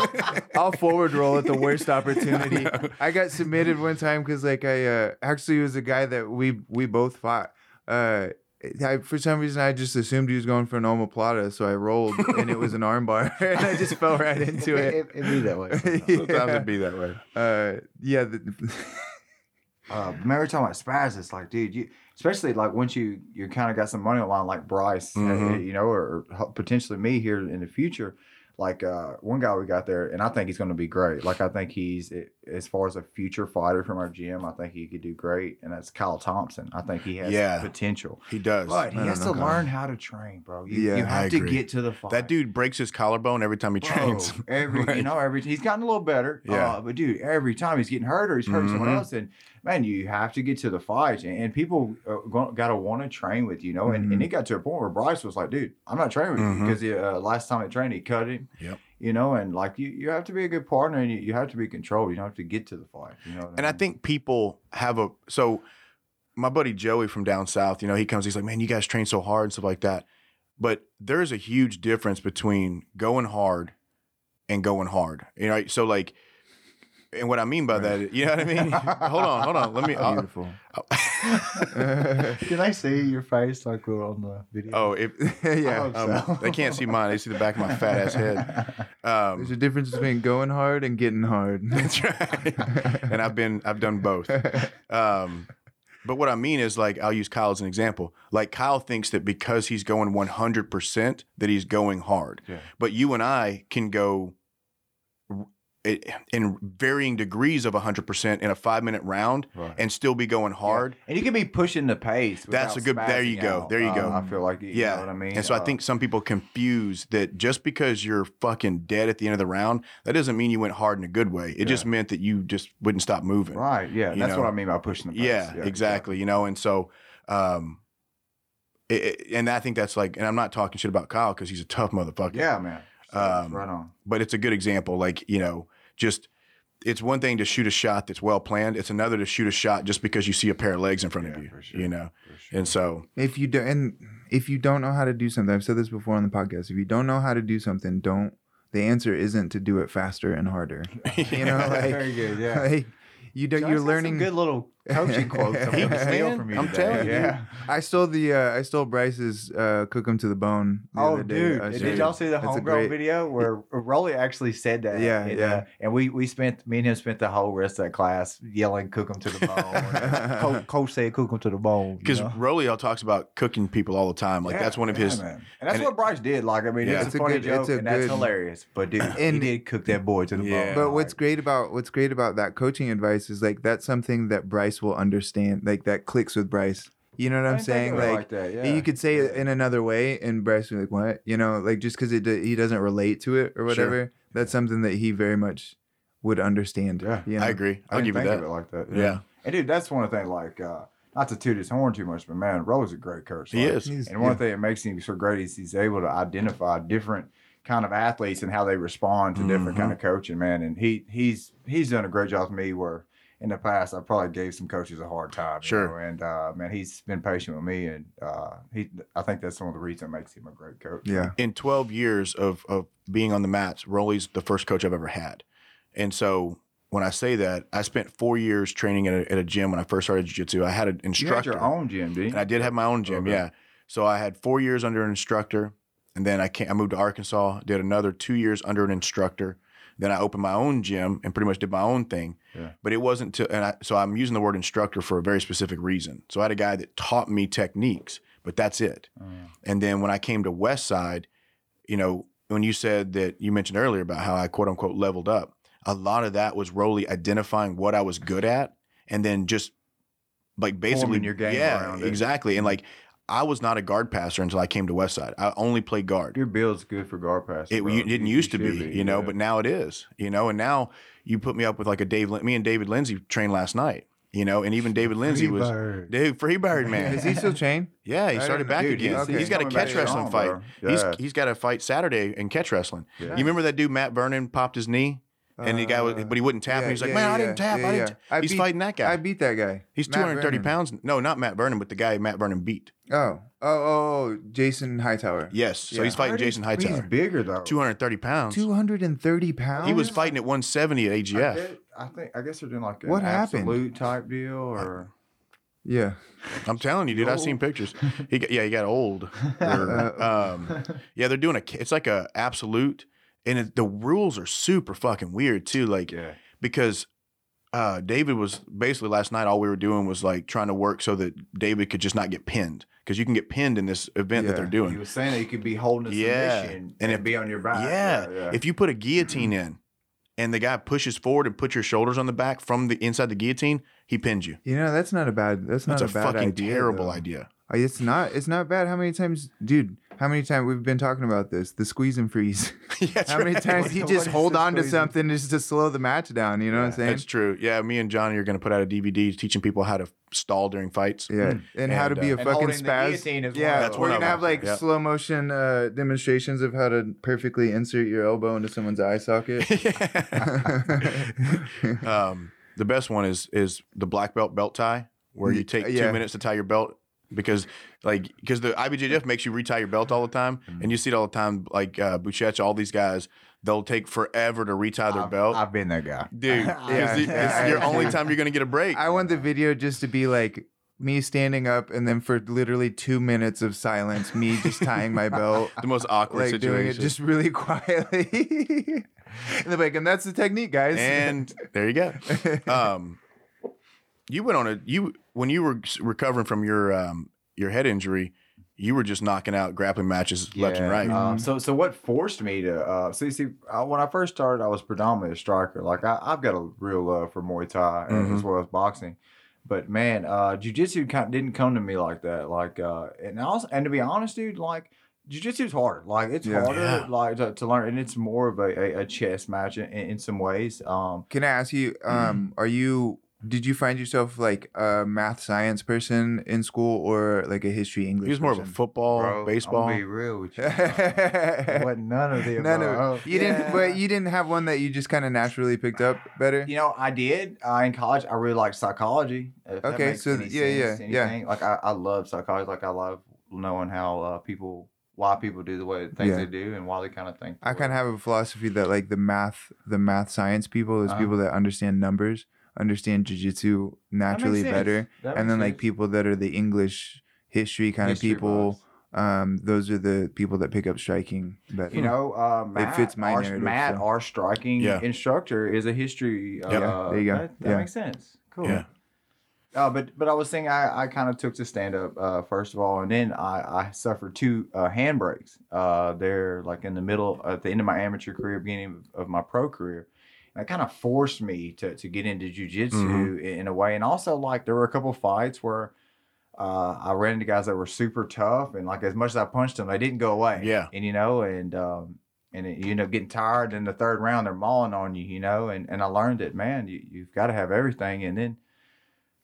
C: I'll forward roll at the worst opportunity. (laughs) I got submitted one time because like I uh, actually it was a guy that we we both fought. Uh, I, for some reason, I just assumed he was going for an omoplata, so I rolled and it was (laughs) an armbar, and I just
E: (laughs)
C: fell right into (laughs) it.
E: It, be that way.
D: Sometimes
C: yeah,
D: it'd be that way.
C: uh, yeah the,
E: Uh, but man, we're talking about spaz. It's like, dude, you especially like once you you kind of got some money online, like Bryce, uh,
D: Mhm.
E: you know, or, or potentially me here in the future. Like uh, one guy we got there, and I think he's going to be great. Like I think he's eh, as far as a future fighter from our gym, I think he could do great. And that's Kyle Thompson. I think he has
D: Yeah.
E: potential,
D: He does.
E: but he
C: I
E: has to
C: don't know, Kyle.
E: learn how to train, bro. You,
C: Yeah,
E: you
C: I
E: have to
D: agree.
E: get to the fight.
D: that dude breaks his collarbone every time he
E: Bro,
D: trains. (laughs)
E: every you
D: Like-
E: know every he's gotten a little better.
D: Yeah.
E: uh, but dude, every time he's getting hurt or he's hurting someone
D: Mhm.
E: else, and man, you have to get to the fight, and, and people uh, got to want to train with you, you know. And,
D: Mm-hmm.
E: and it got to a point where Bryce was like, "Dude, I'm not training with
D: Mhm.
E: you because he, uh, last time I trained, he cut him."
D: Yep.
E: You know, and like you, you have to be a good partner, and you, you have to be controlled. You don't have to get to the fight. You know. what
D: And I
E: mean?
D: think people have a so my buddy Joey from down south, you know, he comes, he's like, Man, you guys train so hard and stuff like that. But there's a huge difference between going hard and going hard. You know, so like and what I mean by that, you know what I mean? hold on, hold on. Let me uh, I'll-
C: (laughs) beautiful.
E: Can I see your face like we're on the video?
D: Oh, if
C: yeah,
D: um, they can't see mine, they see the back of my fat ass head.
E: (laughs)
C: there's
D: Um, (laughs)
C: a difference between going hard and getting (laughs) hard.
D: that's right. and I've been I've done both.
C: (laughs)
D: Um, but what I mean is, like, I'll use Kyle as an example. Like, Kyle thinks that because he's going 100%, that he's going hard.
E: Yeah.
D: But you and I can go i- in varying degrees of 100% in a five minute round
E: Right.
D: and still be going hard.
E: And you can be pushing the pace.
D: That's
E: without
D: a good- there you
E: spazzing
D: go,
E: out.
D: there you go.
E: Uh, I feel like you
D: Yeah.
E: know what I mean.
D: And so I
E: Uh,
D: think some people confuse that just because you're fucking dead at the end of the round, that doesn't mean you went hard in a good way. It just meant that you just wouldn't stop moving.
E: right. Yeah,
D: you
E: that's
D: know.
E: what I mean by pushing the pace.
D: yeah, exactly. You know, and so, um, it, it- and I think that's like, and I'm not talking shit about Kyle because he's a tough motherfucker.
E: Yeah, man. So,
D: Um,
E: right on.
D: but it's a good example. Like you know, just it's one thing to shoot a shot that's well planned. It's another to shoot a shot just because you see a pair of legs in front of
E: Yeah,
D: you.
E: for sure.
D: You know,
E: For sure. (laughs)
D: and so (laughs)
C: if you don't and if you don't know how to do something i've said this before on the podcast if you don't know how to do something don't the answer isn't to do it faster and harder you know
D: (laughs)
C: like,
E: Very good. Yeah.
C: (laughs) like, you
E: John's
C: don't
E: got
C: you're
E: some
C: learning
E: good little
D: (laughs)
E: coaching quotes. I'm gonna
D: He-
E: steal
D: man,
E: from you
D: I'm
E: today.
D: telling you.
E: Yeah.
C: i stole the uh i stole bryce's uh cook him to the bone the
E: Oh,
C: other day.
E: dude!
C: I
E: and
C: showed
E: Did
C: you.
E: y'all see the
C: That's a
E: homegrown
C: great-
E: video where Rolly actually said that?
C: Yeah,
E: and,
C: yeah.
E: uh, and we we spent me and him spent the whole rest of that class yelling "cook 'em to the
D: (laughs)
E: bone." coach, coach said "cook 'em to the bone" you
D: because
E: know?
D: Rolly all talks about cooking people all the time. Like
E: Yeah,
D: that's one of
E: yeah,
D: his.
E: man. And that's
D: and
E: what Bryce did. Like, I mean,
D: Yeah.
E: it's,
C: It's
E: a
C: a
E: funny
C: good-
E: joke,
C: it's a
E: and that's
C: good-
E: hilarious. But
C: (laughs)
E: dude, he
C: And-
E: did cook that boy to the
D: Yeah.
E: bone.
C: but what's great about what's great about that coaching advice is like that's something that bryce will understand like that clicks with bryce you know what
E: I
C: i'm
E: didn't think
C: saying
E: of it
C: like,
E: that,
C: you could say it
E: yeah.
C: in another way and bryce would be like what you know like just because it do- he doesn't relate to it or whatever that's something that he very much would understand
E: Yeah.
C: you know?
D: I agree.
E: I
D: I'll
E: didn't
D: give you
E: think
D: that.
E: of it like that.
D: yeah.
E: And dude, that's one thing. Like, uh, not to toot his horn too much, but man, Rose is a great coach.
D: he
E: Like,
D: is.
C: He's-
E: And one thing that makes him so great is he's able to identify different kind of athletes and how they respond to different kind
D: Mm-hmm.
E: of coaching, man. And he he's he's done a great job with me where in the past I probably gave some coaches a hard time. you
D: Sure.
E: know, and uh, man, he's been patient with me and uh, he I think that's one of the reasons that makes him a great coach.
C: yeah
D: in 12 years of of being on the mats, Rolly's the first coach I've ever had. And so when I say that, I spent four years training at a, at a gym when I first started jiu-jitsu. I had an
E: You had
D: instructor.
E: your own gym, didn't
D: And
E: you?
D: I did have my own gym,
E: Okay.
D: yeah. So I had four years under an instructor. and then I can I moved to Arkansas, did another two years under an instructor. Then I opened my own gym and pretty much did my own thing.
E: Yeah.
D: But it wasn't to, and I, so I'm using the word instructor for a very specific reason. So I had a guy that taught me techniques, but that's it.
E: Mm.
D: And then when I came to West Side, you know, when you said that you mentioned earlier about how I quote unquote leveled up, a lot of that was really identifying what I was good at and then just like basically
E: Forming your game
D: yeah,
E: around it. Mm-hmm.
D: exactly. And like I was not a guard passer until I came to West Side. I only played guard.
E: Your build's good for guard pass.
D: It
E: bro.
D: you, didn't
E: You- you
D: used to be,
E: should
D: you know,
E: yeah.
D: but now it is, you know. And now you put me up with like a Dave. Lin- Me and David Lindsay trained last night, you know, and even David Lindsay was
E: Freebird.
D: dude
E: (laughs)
D: Freebird
C: Is
D: man.
C: he
D: (laughs)
C: still chain?
D: yeah, he
C: I
D: started
C: don't know,
D: back
C: dude,
D: again.
C: he's-
D: He's
C: he's
D: got a
E: coming
D: catch
E: back
D: wrestling
E: strong,
D: fight.
E: bro.
D: He's
E: Yeah.
D: he's got a fight Saturday in catch wrestling.
E: Yeah.
D: You remember that dude Matt Vernon popped his knee and the guy was,
C: Uh,
D: but he wouldn't tap.
C: yeah,
D: and he's like,
C: yeah,
D: man, I
C: yeah,
D: didn't tap.
C: yeah,
D: I
C: yeah.
D: didn't.
C: I
D: he's
C: beat-
D: fighting that guy.
C: I beat that guy.
D: he's
C: Matt
D: 230
C: Vernon.
D: pounds. No, not Matt Vernon, but the guy Matt Vernon beat.
C: Oh, oh, oh, oh, Jason Hightower.
D: Yes, so
C: Yeah.
D: he's fighting Jason
E: He's
D: Hightower.
E: bigger though.
D: 230 pounds.
C: Two hundred and thirty pounds.
D: He was fighting at 170 at
E: I
D: AGF.
E: bet- I think I guess they're doing like an
C: What happened?
E: absolute type deal, or
C: Yeah.
D: I'm telling you, dude. I've seen
E: old.
C: (laughs)
D: pictures. He got, yeah, he got old. Or, um, yeah, they're doing a. It's like a absolute, and it, the rules are super fucking weird too. Like
E: yeah,
D: because uh, David was basically last night. All we were doing was like trying to work so that David could just not get pinned because you can get pinned in this event that
C: Yeah.
D: they're
E: he
D: doing.
E: was saying that you could be holding a
D: Yeah.
E: submission
D: And
E: and,
D: if-
E: it be on your back.
D: Yeah, if you put a guillotine
C: Mm-hmm.
D: in, and the guy pushes forward and puts your shoulders on the back from the inside the guillotine, he pins you.
C: You know that's not a bad. That's,
D: That's a,
C: not a, bad
D: fucking
C: idea,
D: terrible
C: though.
D: idea. (laughs)
C: Uh, It's not. It's not bad. How many times, dude? How many times we've been talking about this? The squeeze and freeze.
D: Yeah, (laughs) that's
C: How many
D: right.
C: times he just
E: What is
C: hold
E: the
C: on to
E: squeeze and-
C: something just to slow the match down? You know what I'm saying?
D: That's true. Yeah, me and Johnny are going to put out a DVD teaching people how to stall during fights.
C: Yeah, and, how to
D: And,
C: be
D: uh,
C: a
D: And
C: fucking
E: holding the
C: spaz.
E: guillotine is one
C: yeah,
E: of That's
D: them.
C: we're
D: one of
C: gonna have
D: them.
C: like
D: Yeah.
C: slow motion uh, demonstrations of how to perfectly insert your elbow into someone's eye socket.
D: (laughs)
C: (laughs)
D: um, the best one is is the black belt belt tie, where you take
C: Mm, Yeah.
D: two minutes to tie your belt because like because the IBJJF makes you retie your belt all the time,
C: Mm.
D: and you see it all the time. Like uh, Buchetich, all these guys, they'll take forever to retie their belt.
E: I've been that guy.
D: Dude, 'cause
E: Yeah,
C: (laughs)
D: it-
C: yeah,
D: it's
C: I
D: your
C: agree.
D: only time you're gonna get a break.
C: I want the video just to be like me standing up and then for literally two minutes of silence, me just tying my belt.
D: the most (laughs) awkward
C: Like
D: situation.
C: doing it just (laughs) really quietly, (laughs) and they're like, and that's the technique, guys. (laughs)
D: and there you go. Um, you went on a you when you were s- recovering from your um, your head injury, you were just knocking out grappling matches left and
E: Yeah,
C: Oh,
D: right.
E: Um, so, so what forced me to uh, see? See, I, when I first started, I was predominantly a striker. Like I, I've got a real love for Muay Thai and
D: Mhm.
E: as well as boxing, but man, uh, jujitsu kind didn't come to me like that. Like, uh, and I also, and to be honest, dude, like jujitsu is hard. Like it's
C: Yeah.
E: harder,
D: Yeah.
E: like to, to learn, and it's more of a, a, a chess match in, in some ways. Um,
C: Can I ask you, um,
E: Mm-hmm.
C: are you did you find yourself like a math science person in school or like a history English?
D: he was more of a
C: person?
D: football,
E: bro, I'm gonna
D: baseball.
E: Be real (laughs) with you.
C: (laughs)
E: It wasn't none of the
C: None
E: above.
C: of you didn't,
E: Yeah.
C: but you didn't have one that you just kind of naturally picked up better.
E: You know, I did uh, in college. I really liked psychology. if that
C: Okay,
E: makes
C: so
E: any
C: th- yeah,
E: sense,
C: yeah, yeah.
E: anything. Like I, I love psychology. Like I love knowing how uh, people, why people do the way things
C: Yeah.
E: they do, and why they kind of think.
C: I kind of have a philosophy that like the math, the math science people is
E: Uh-huh.
C: people that understand numbers, understand jujitsu naturally
E: sense.
C: better, and then like people that are the English history kind of people. Um, those are the people that pick up striking better.
E: You know, uh, Matt,
C: fits my
E: our,
C: narrative,
E: Matt,
C: so.
E: our striking
D: Yeah.
E: instructor, is a history. Uh,
C: Yeah, there you go.
E: That, that
C: Yeah.
E: makes sense. Cool.
D: Yeah.
E: Uh, but but I was saying I, I kind of took to stand up uh, first of all, and then I, I suffered two uh, hand breaks. Uh, there, like in the middle uh, at the end of my amateur career, beginning of my pro career, and it kind of forced me to to get into jujitsu
D: Mhm.
C: Mm-hmm.
E: in, in a way. And also, like there were a couple fights where uh, I ran into guys that were super tough, and like as much as I punched them, they didn't go away.
D: Yeah.
E: and you know, and um, and it, you end up getting tired. In the third round, they're mauling on you, you know. And and I learned that man, you you've got to have everything, and then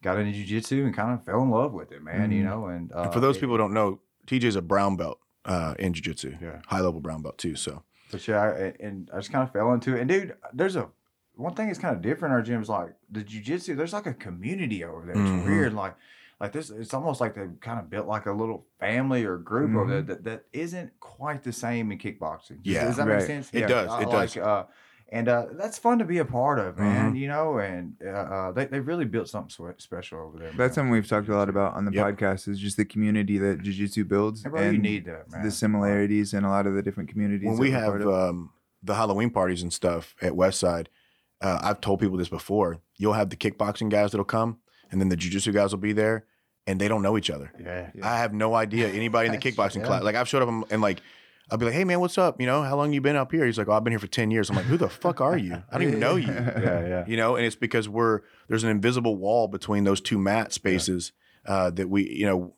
E: got into jujitsu and kind of fell in love with it, man. You
C: Mhm.
E: know, and, uh,
D: Mm-hmm. and for those
E: it-
D: people who don't know, TJ's a brown belt uh, in jiu-jitsu.
E: Yeah.
D: high level brown belt too. So
E: But yeah, I, and I just kind of fell into it. And dude, there's a one thing that's kind of different. in Our gym's like the jujitsu. There's like a community over there. It's
D: Mhm.
E: weird. Like, like this. It's almost like they kind of built like a little family or group over there that, that isn't quite the same in kickboxing. Does-
D: Yeah.
E: Does that
C: Right.
E: make sense?
D: It does,
E: I
D: it does.
E: Like, uh, and uh, that's fun to be a part of, man. You know, and uh, uh, they they really built something swe- special over there.
C: That's
E: man.
C: something we've talked a lot about on the
D: Yep.
C: podcast is just the community that jujitsu builds
E: And, bro, you need that, man.
C: the similarities in a lot of the different communities.
D: when
C: that
D: we
C: we're
D: have
C: part of.
D: um, the Halloween parties and stuff at Westside, uh, I've told people this before. You'll have the kickboxing guys that'll come, and then the jujitsu guys will be there, and they don't know each other.
E: Yeah.
C: Yeah.
D: I have no
E: (laughs)
D: idea anybody in the
E: That's-
D: kickboxing
E: yeah.
D: class. Like I've showed up and, and like I'll be like, "Hey man, what's up? You know, how long you been up here?" He's like, "Oh, I've been here for ten years." I'm like, "Who the fuck are you? I don't even know you."
E: Yeah, yeah.
D: You know, and it's because we're there's an invisible wall between those two mat spaces uh, that we you know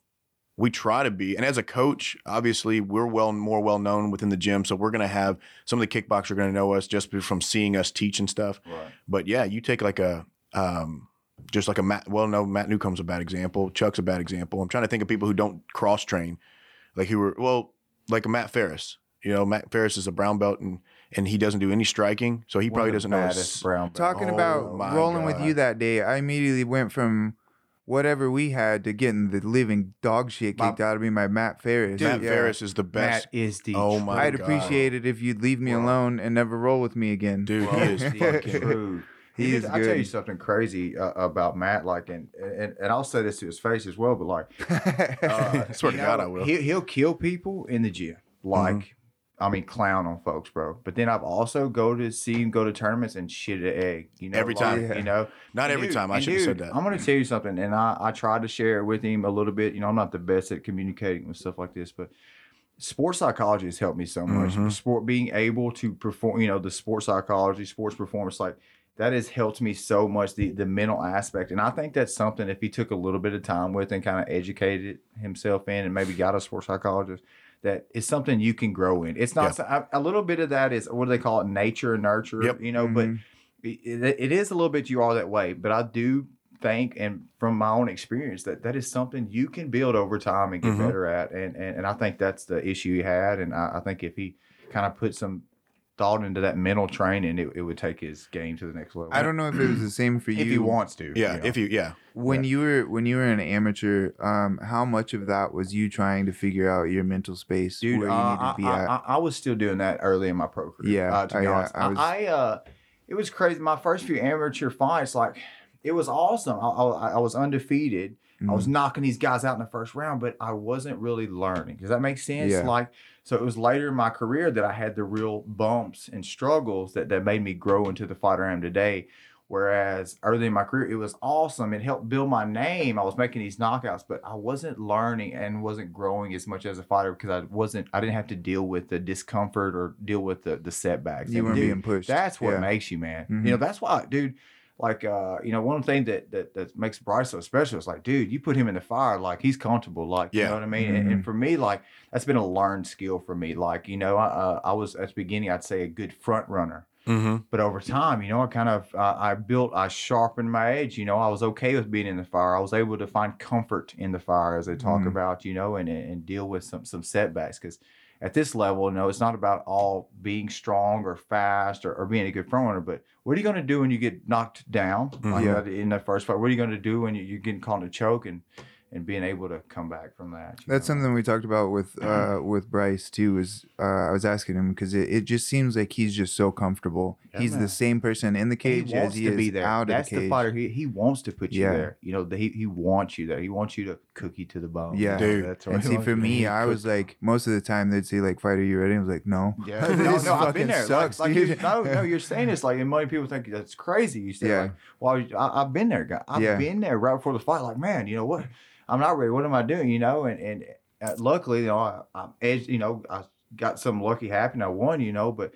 D: we try to be. And as a coach, obviously we're well more well known within the gym, so we're gonna have some of the kickboxers are gonna know us just from seeing us teach and stuff.
E: Right.
D: But yeah, you take like a um, just like a Matt. Well, no, Matt Newcomb's a bad example. Chuck's a bad example. I'm trying to think of people who don't cross train, like who were well, like a Matt Ferris. You know, Matt Ferris is a brown belt and and he doesn't do any striking, so (laughs) he
E: One
D: probably
E: of the
D: doesn't know. a
E: baddest
D: s-
E: brown belt.
C: Talking
D: Oh
C: about
D: my
C: rolling with you
D: God.
C: that day, I immediately went from whatever we had to getting the living dog shit
E: My-
C: kicked out of me by Matt Ferris.
D: Matt
C: Yeah.
D: Ferris is the best.
E: Matt is the
D: Oh my
C: I'd
D: God.
C: appreciate it if you'd leave me
E: Wow.
C: alone and never roll with me again.
D: Dude, he
E: Well,
C: (laughs)
D: is fucking.
E: true.
C: He is
E: I tell you
C: good.
E: something crazy uh, about Matt, like, and, and and I'll say this to his face as well, but
D: (laughs)
E: like,
C: (laughs)
E: uh,
D: Swear to
E: you
D: God,
E: know,
D: I will. Mm-hmm.
E: He, he'll kill people in the gym, like, I mean, clown on folks, bro. But then I've also go to see him go to tournaments and shit an egg, you know,
D: Every
E: like,
D: time.
C: Yeah.
E: you know.
D: Not every
E: Dude,
D: time. I
E: and
D: should have said
E: dude,
D: that.
E: I'm gonna tell you something, and I, I tried to share it with him a little bit. You know, I'm not the best at communicating with stuff like this, but sports psychology has helped me so much.
D: Mhm.
E: Sport being able to perform, you know, the sports psychology, sports performance, like that has helped me so much. The the mental aspect, and I think that's something if he took a little bit of time with and kind of educated himself in, and maybe got a sports psychologist. That is something you can grow in. It's not so- a, a little bit of that is what do they call it? Nature and nurture.
D: Yep. Mm-hmm.
E: You know, but
C: Mhm.
E: it, it- it is a little bit you are that way, but I do think, and from my own experience, that that is something you can build over time and get
D: Mhm.
E: better at. And, and and I think that's the issue he had. And I, I think if he kind of put some thought into that mental training, it, it would take his game to the next level.
C: I don't know if it was the same for you.
E: if he wants to.
D: yeah,
E: you know.
D: if you, yeah.
C: when you were when you were an amateur, um, how much of that was you trying to figure out your mental space
E: dude,
C: where
E: uh,
C: you need
E: I,
C: to be
E: I,
C: at?
E: I, I was still doing that early in my pro career.
C: Yeah,
E: uh, to
C: I-
E: be
C: yeah,
E: honest,
C: I
E: I,
C: was-
E: I, uh, it was crazy. My first few amateur fights, like it was awesome. I, I, I was undefeated. I
C: Mm-hmm.
E: was knocking these guys out in the first round, but I wasn't really learning. Does that make sense?
C: Yeah.
E: Like, so it was later in my career that I had the real bumps and struggles that, that made me grow into the fighter I am today. Whereas early in my career, it was awesome. It helped build my name. I was making these knockouts, but I wasn't learning and wasn't growing as much as a fighter because I wasn't. I didn't have to deal with the discomfort or deal with the the setbacks.
C: you
E: And
C: weren't
E: dude,
C: being pushed.
E: that's what
C: Yeah.
E: makes you, man.
C: Mhm.
E: You know, that's why, dude. Like, uh, you know, one thing that, that that makes Bryce so special is like, dude, you put him in the fire, like he's comfortable, like you
D: Yeah.
E: know what I mean. And,
C: Mm-hmm.
E: and for me, like that's been a learned skill for me. Like, you know, I, uh, I was at the beginning, I'd say a good front runner,
D: Mm-hmm.
E: but over time, you know, I kind of uh, I built, I sharpened my edge. You know, I was okay with being in the fire. I was able to find comfort in the fire, as they talk
C: Mhm.
E: about, you know, and and deal with some some setbacks because. At this level, no, it's not about all being strong or fast or, or being a good front runner, but what are you going to do when you get knocked down like
C: Yeah.
E: that in that first fight? What are you going to do when you, you're getting caught in a choke and, and being able to come back from that? you
C: That's
E: know?
C: something we talked about
E: (clears throat)
C: with uh, with Bryce too. Is uh, I was asking him because it, it just seems like he's just so comfortable.
E: Yeah,
C: he's
E: man.
C: the same person in the cage as he is out
E: That's
C: of the cage.
E: fighter. He, he wants to put you
C: Yeah.
E: there. You know, the, he, he wants you there. He wants you to cookie to the bone.
C: Yeah.
D: Dude.
E: that's
C: and see, for me, I was like, most of the time they'd say like, "Fighter, you ready?" I was like, "No."
E: yeah. no,
C: (laughs) This
E: no, I've
C: fucking
E: been there. Like-
C: sucks,
E: like, (laughs)
C: dude.
E: you- no,
C: (laughs)
E: no, you're saying this like, and many people think that's crazy. You say,
C: Yeah.
E: like, well, I, I've been there, guy. I've
C: Yeah.
E: been there right before the fight. Like, man, you know what? I'm not ready. What am I doing? You know, and and uh, luckily, you know, I, I edged. You know, I got something lucky happened. I won. You know, but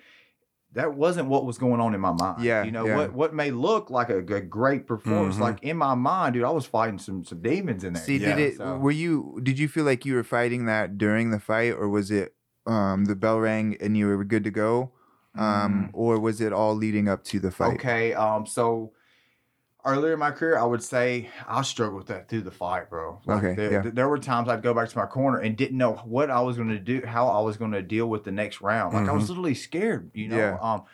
E: that wasn't what was going on in my mind.
C: Yeah,
E: you know
C: yeah. Mm-hmm.
E: what what may look like a, g- great performance,
D: Mhm.
E: like in my mind, dude, I was fighting some some demons in there.
C: See,
E: you
C: did
E: know,
C: it?
E: so-
C: Were you? Did you feel like you were fighting that during the fight, or was it um, the bell rang and you were good to go, um, or was it all leading up to the fight?
E: Okay, um, so earlier in my career, I would say I struggled with that through the fight, bro. Like
C: Okay,
E: there,
C: yeah.
E: there were times I'd go back to my corner and didn't know what I was going to do, how I was going to deal with the next
C: Mm-hmm.
E: Um, round. Like I was literally scared, you know.
C: Yeah.
E: Um,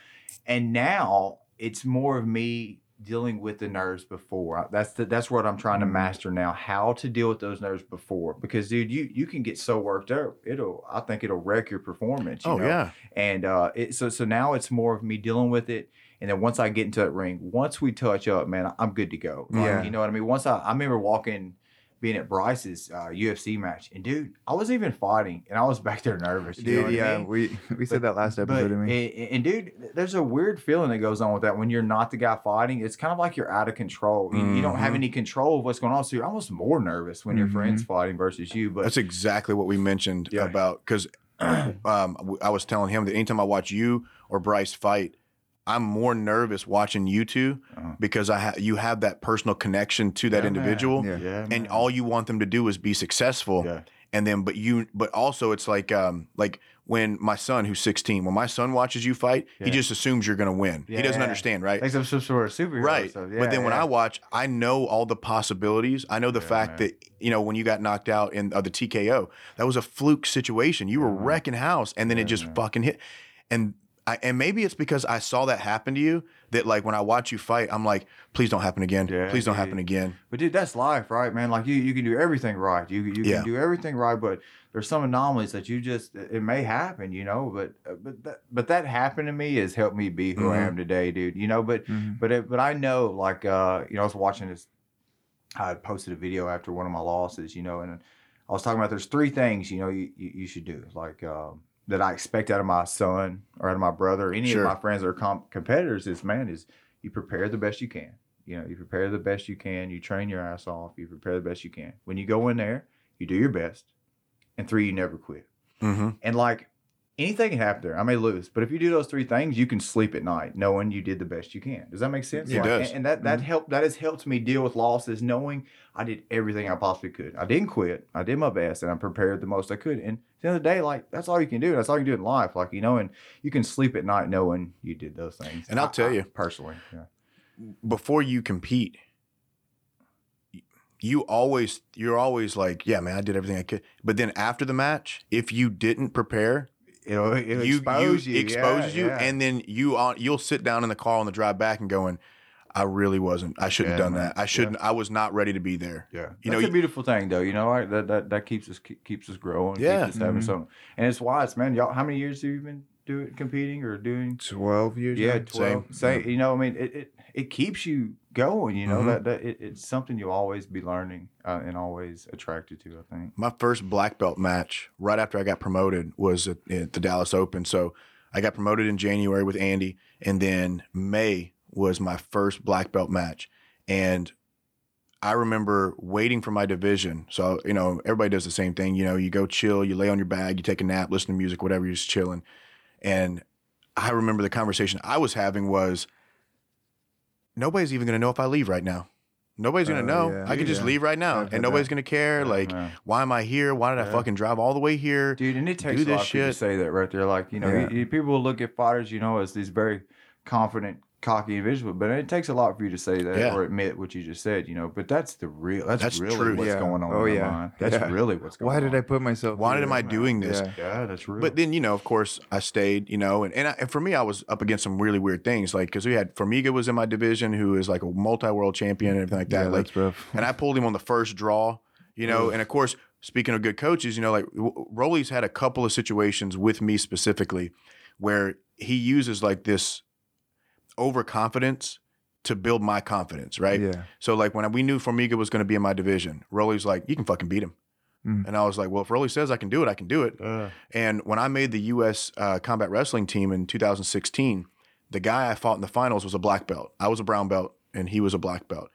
E: and now it's more of me dealing with the nerves before. I- That's the, that's what I'm trying to
C: Mhm.
E: master now. How to deal with those nerves before, because dude, you you can get so worked up. It'll I think it'll wreck your performance. You
D: Oh
E: know?
D: yeah.
E: And uh, it, so so now it's more of me dealing with it. And then once I get into that ring, once we touch up, man, I'm good to go. Like,
C: Yeah.
E: You know what I mean? Once I, I remember walking, being at Bryce's uh, UFC match, and dude, I wasn't even fighting, and I was (laughs) back there nervous. You know
C: Dude,
E: what I
C: yeah,
E: mean?
C: we (laughs) we said that last episode. I
E: But-
C: mean,
E: and, and dude, there's a weird feeling that goes on with that when you're not the guy fighting. It's kind of like you're out of control. You, you don't have
D: Mhm.
E: any control of what's going on, so you're almost more nervous when your
C: Mhm.
E: friend's
D: Mm-hmm.
E: fighting versus you. But
D: That's exactly what we mentioned
E: Yeah.
D: about because (clears throat) um, w- I was telling him that anytime I watch you or Bryce fight, I'm more nervous watching you 2
E: Uh-huh.
D: because I ha- you have that personal connection to that
E: Yeah, man.
D: individual,
C: Yeah.
D: and all you want them to do is be successful.
E: Yeah.
D: And then, but you, but also it's like um, like when my son who's 16, when my son watches you fight, he
E: Yeah.
D: just assumes you're going to win. He doesn't
E: Yeah.
D: understand, right?
E: like some, some sort of superhero.
D: Right.
E: stuff.
D: but
E: Yeah,
D: then when
E: yeah.
D: I watch, I know all the possibilities. I know the
E: Yeah,
D: fact
E: man.
D: that, you know, when you got knocked out in uh, the TKO, that was a fluke situation. You were
E: Yeah, man.
D: wrecking house and then it
E: Mm-hmm. Yeah,
D: just
E: man.
D: fucking hit. And I, and maybe it's because I saw that happen to you that like when I watch you fight, I'm like, please don't happen again.
E: Yeah,
D: please don't
E: yeah,
D: happen
E: yeah.
D: again.
E: But dude, that's life, right, man? Like you, you can do everything right. You, you
D: Yeah.
E: can do everything right, but there's some anomalies that you just it may happen, you know. But uh, but that, but that happened to me has helped me be who I
D: Mhm.
E: am today, dude. You know. But
C: mhm.
E: but it, but I know, like uh, you know, I was watching this. I had posted a video after one of my losses, you know, and I was talking about there's three things you know you, you, you should do, like um, that I expect out of my son or out of my brother, any
D: Sure.
E: of my friends or com- competitors. Is man is you prepare the best you can. You know, you prepare the best you can. You train your ass off. You prepare the best you can. When you go in there, you do your best. And three, you never quit.
D: Mm-hmm.
E: And like anything can happen there. I may lose, but if you do those three things, you can sleep at night knowing you did the best you can. Does that make sense?
D: It
E: Like,
D: does. Mm-hmm.
E: And, and that that helped. That has helped me deal with losses, knowing I did everything I possibly could. I didn't quit. I did my best, and I prepared the most I could. And at the end of the day, like that's all you can do. That's all you can do in life. Like you know, and you can sleep at night knowing you did those things.
D: And I'll
E: I-
D: tell
E: I-
D: you.
E: personally. Yeah.
D: Before you compete, you always, you're always like, yeah, man, I did everything I could. But then after the match, if you didn't prepare,
E: It'll, it'll
D: you
E: expose you,
D: you exposes
E: Yeah,
D: you,
E: yeah.
D: and then you on you'll sit down in the car on the drive back and going, I really wasn't. I shouldn't have
E: Yeah,
D: done
E: man.
D: that. I shouldn't. I was not ready to be there.
E: Yeah,
D: You
E: you
D: know,
E: that's
D: you-
E: a beautiful thing, though. You know, like, that that that keeps us ke- keeps us growing.
D: Yeah.
E: keeps us having
C: Mhm.
E: something, and it's wise, man. Y'all, how many years have you been doing competing or doing?
C: twelve years.
E: Yeah,
C: old?
E: twelve.
D: Same.
E: Say, you know, I mean, it it, it keeps you going. You know
D: Mhm.
E: that that it, it's something you'll always be learning uh, and always attracted to. I think.
D: My first black belt match right after I got promoted was at, at the Dallas Open. So I got promoted in January with Andy, and then May was my first black belt match, and I remember waiting for my division. So you know, everybody does the same thing. You know, you go chill, you lay on your bag, you take a nap, listen to music, whatever. You're just chilling, and I remember the conversation I was having was nobody's even going to know if I leave right now. Nobody's going to
C: Oh,
D: know.
C: yeah.
D: I could just
C: Yeah.
D: leave right now
C: I've
D: and
C: had
D: nobody's
C: that.
D: going to care. Like,
E: Yeah.
D: why am I here? Why did I
E: Yeah.
D: fucking drive all the way here?
E: dude, and it takes
D: do
E: a lot
D: this
E: of people to
D: shit.
E: say that right there. Like you know,
C: Yeah.
E: you, you- people look at fighters, you know, as these very confident, cocky individuals, but it takes a lot for you to say that
D: Yeah.
E: or admit what you just said. You know, but that's the real. That's,
D: That's
E: really
D: true.
E: what's
C: Yeah.
E: going on.
C: Oh,
E: in their
C: yeah.
E: mind. That's
C: Yeah.
E: really what's going
C: Why
E: on.
C: did I put myself?
D: Why
C: through
D: am I
C: that?
D: doing this?
C: Yeah.
E: Yeah, that's real.
D: But then, you know, of course, I stayed, you know, and, and, I, and for me, I was up against some really weird things. Like, because we had Formiga was in my division, who is like a multi world champion and everything like that.
C: Yeah,
D: like,
C: that's rough.
D: and I pulled him on the first draw, you know. And of course, speaking of good coaches, you know, like w- Rolly's had a couple of situations with me specifically where he uses like this overconfidence to build my confidence, right?
C: (laughs) Yeah.
D: So like when we knew Formiga was going to be in my division, Rolly's like, "You can fucking beat him,"
C: Mm.
D: and I was like, "Well, if Rolly says I can do it, I can do it." And when I made the U.S. Uh, combat wrestling team in 2016, the guy I fought in the finals was a black belt. I was a brown belt, and he was a black belt.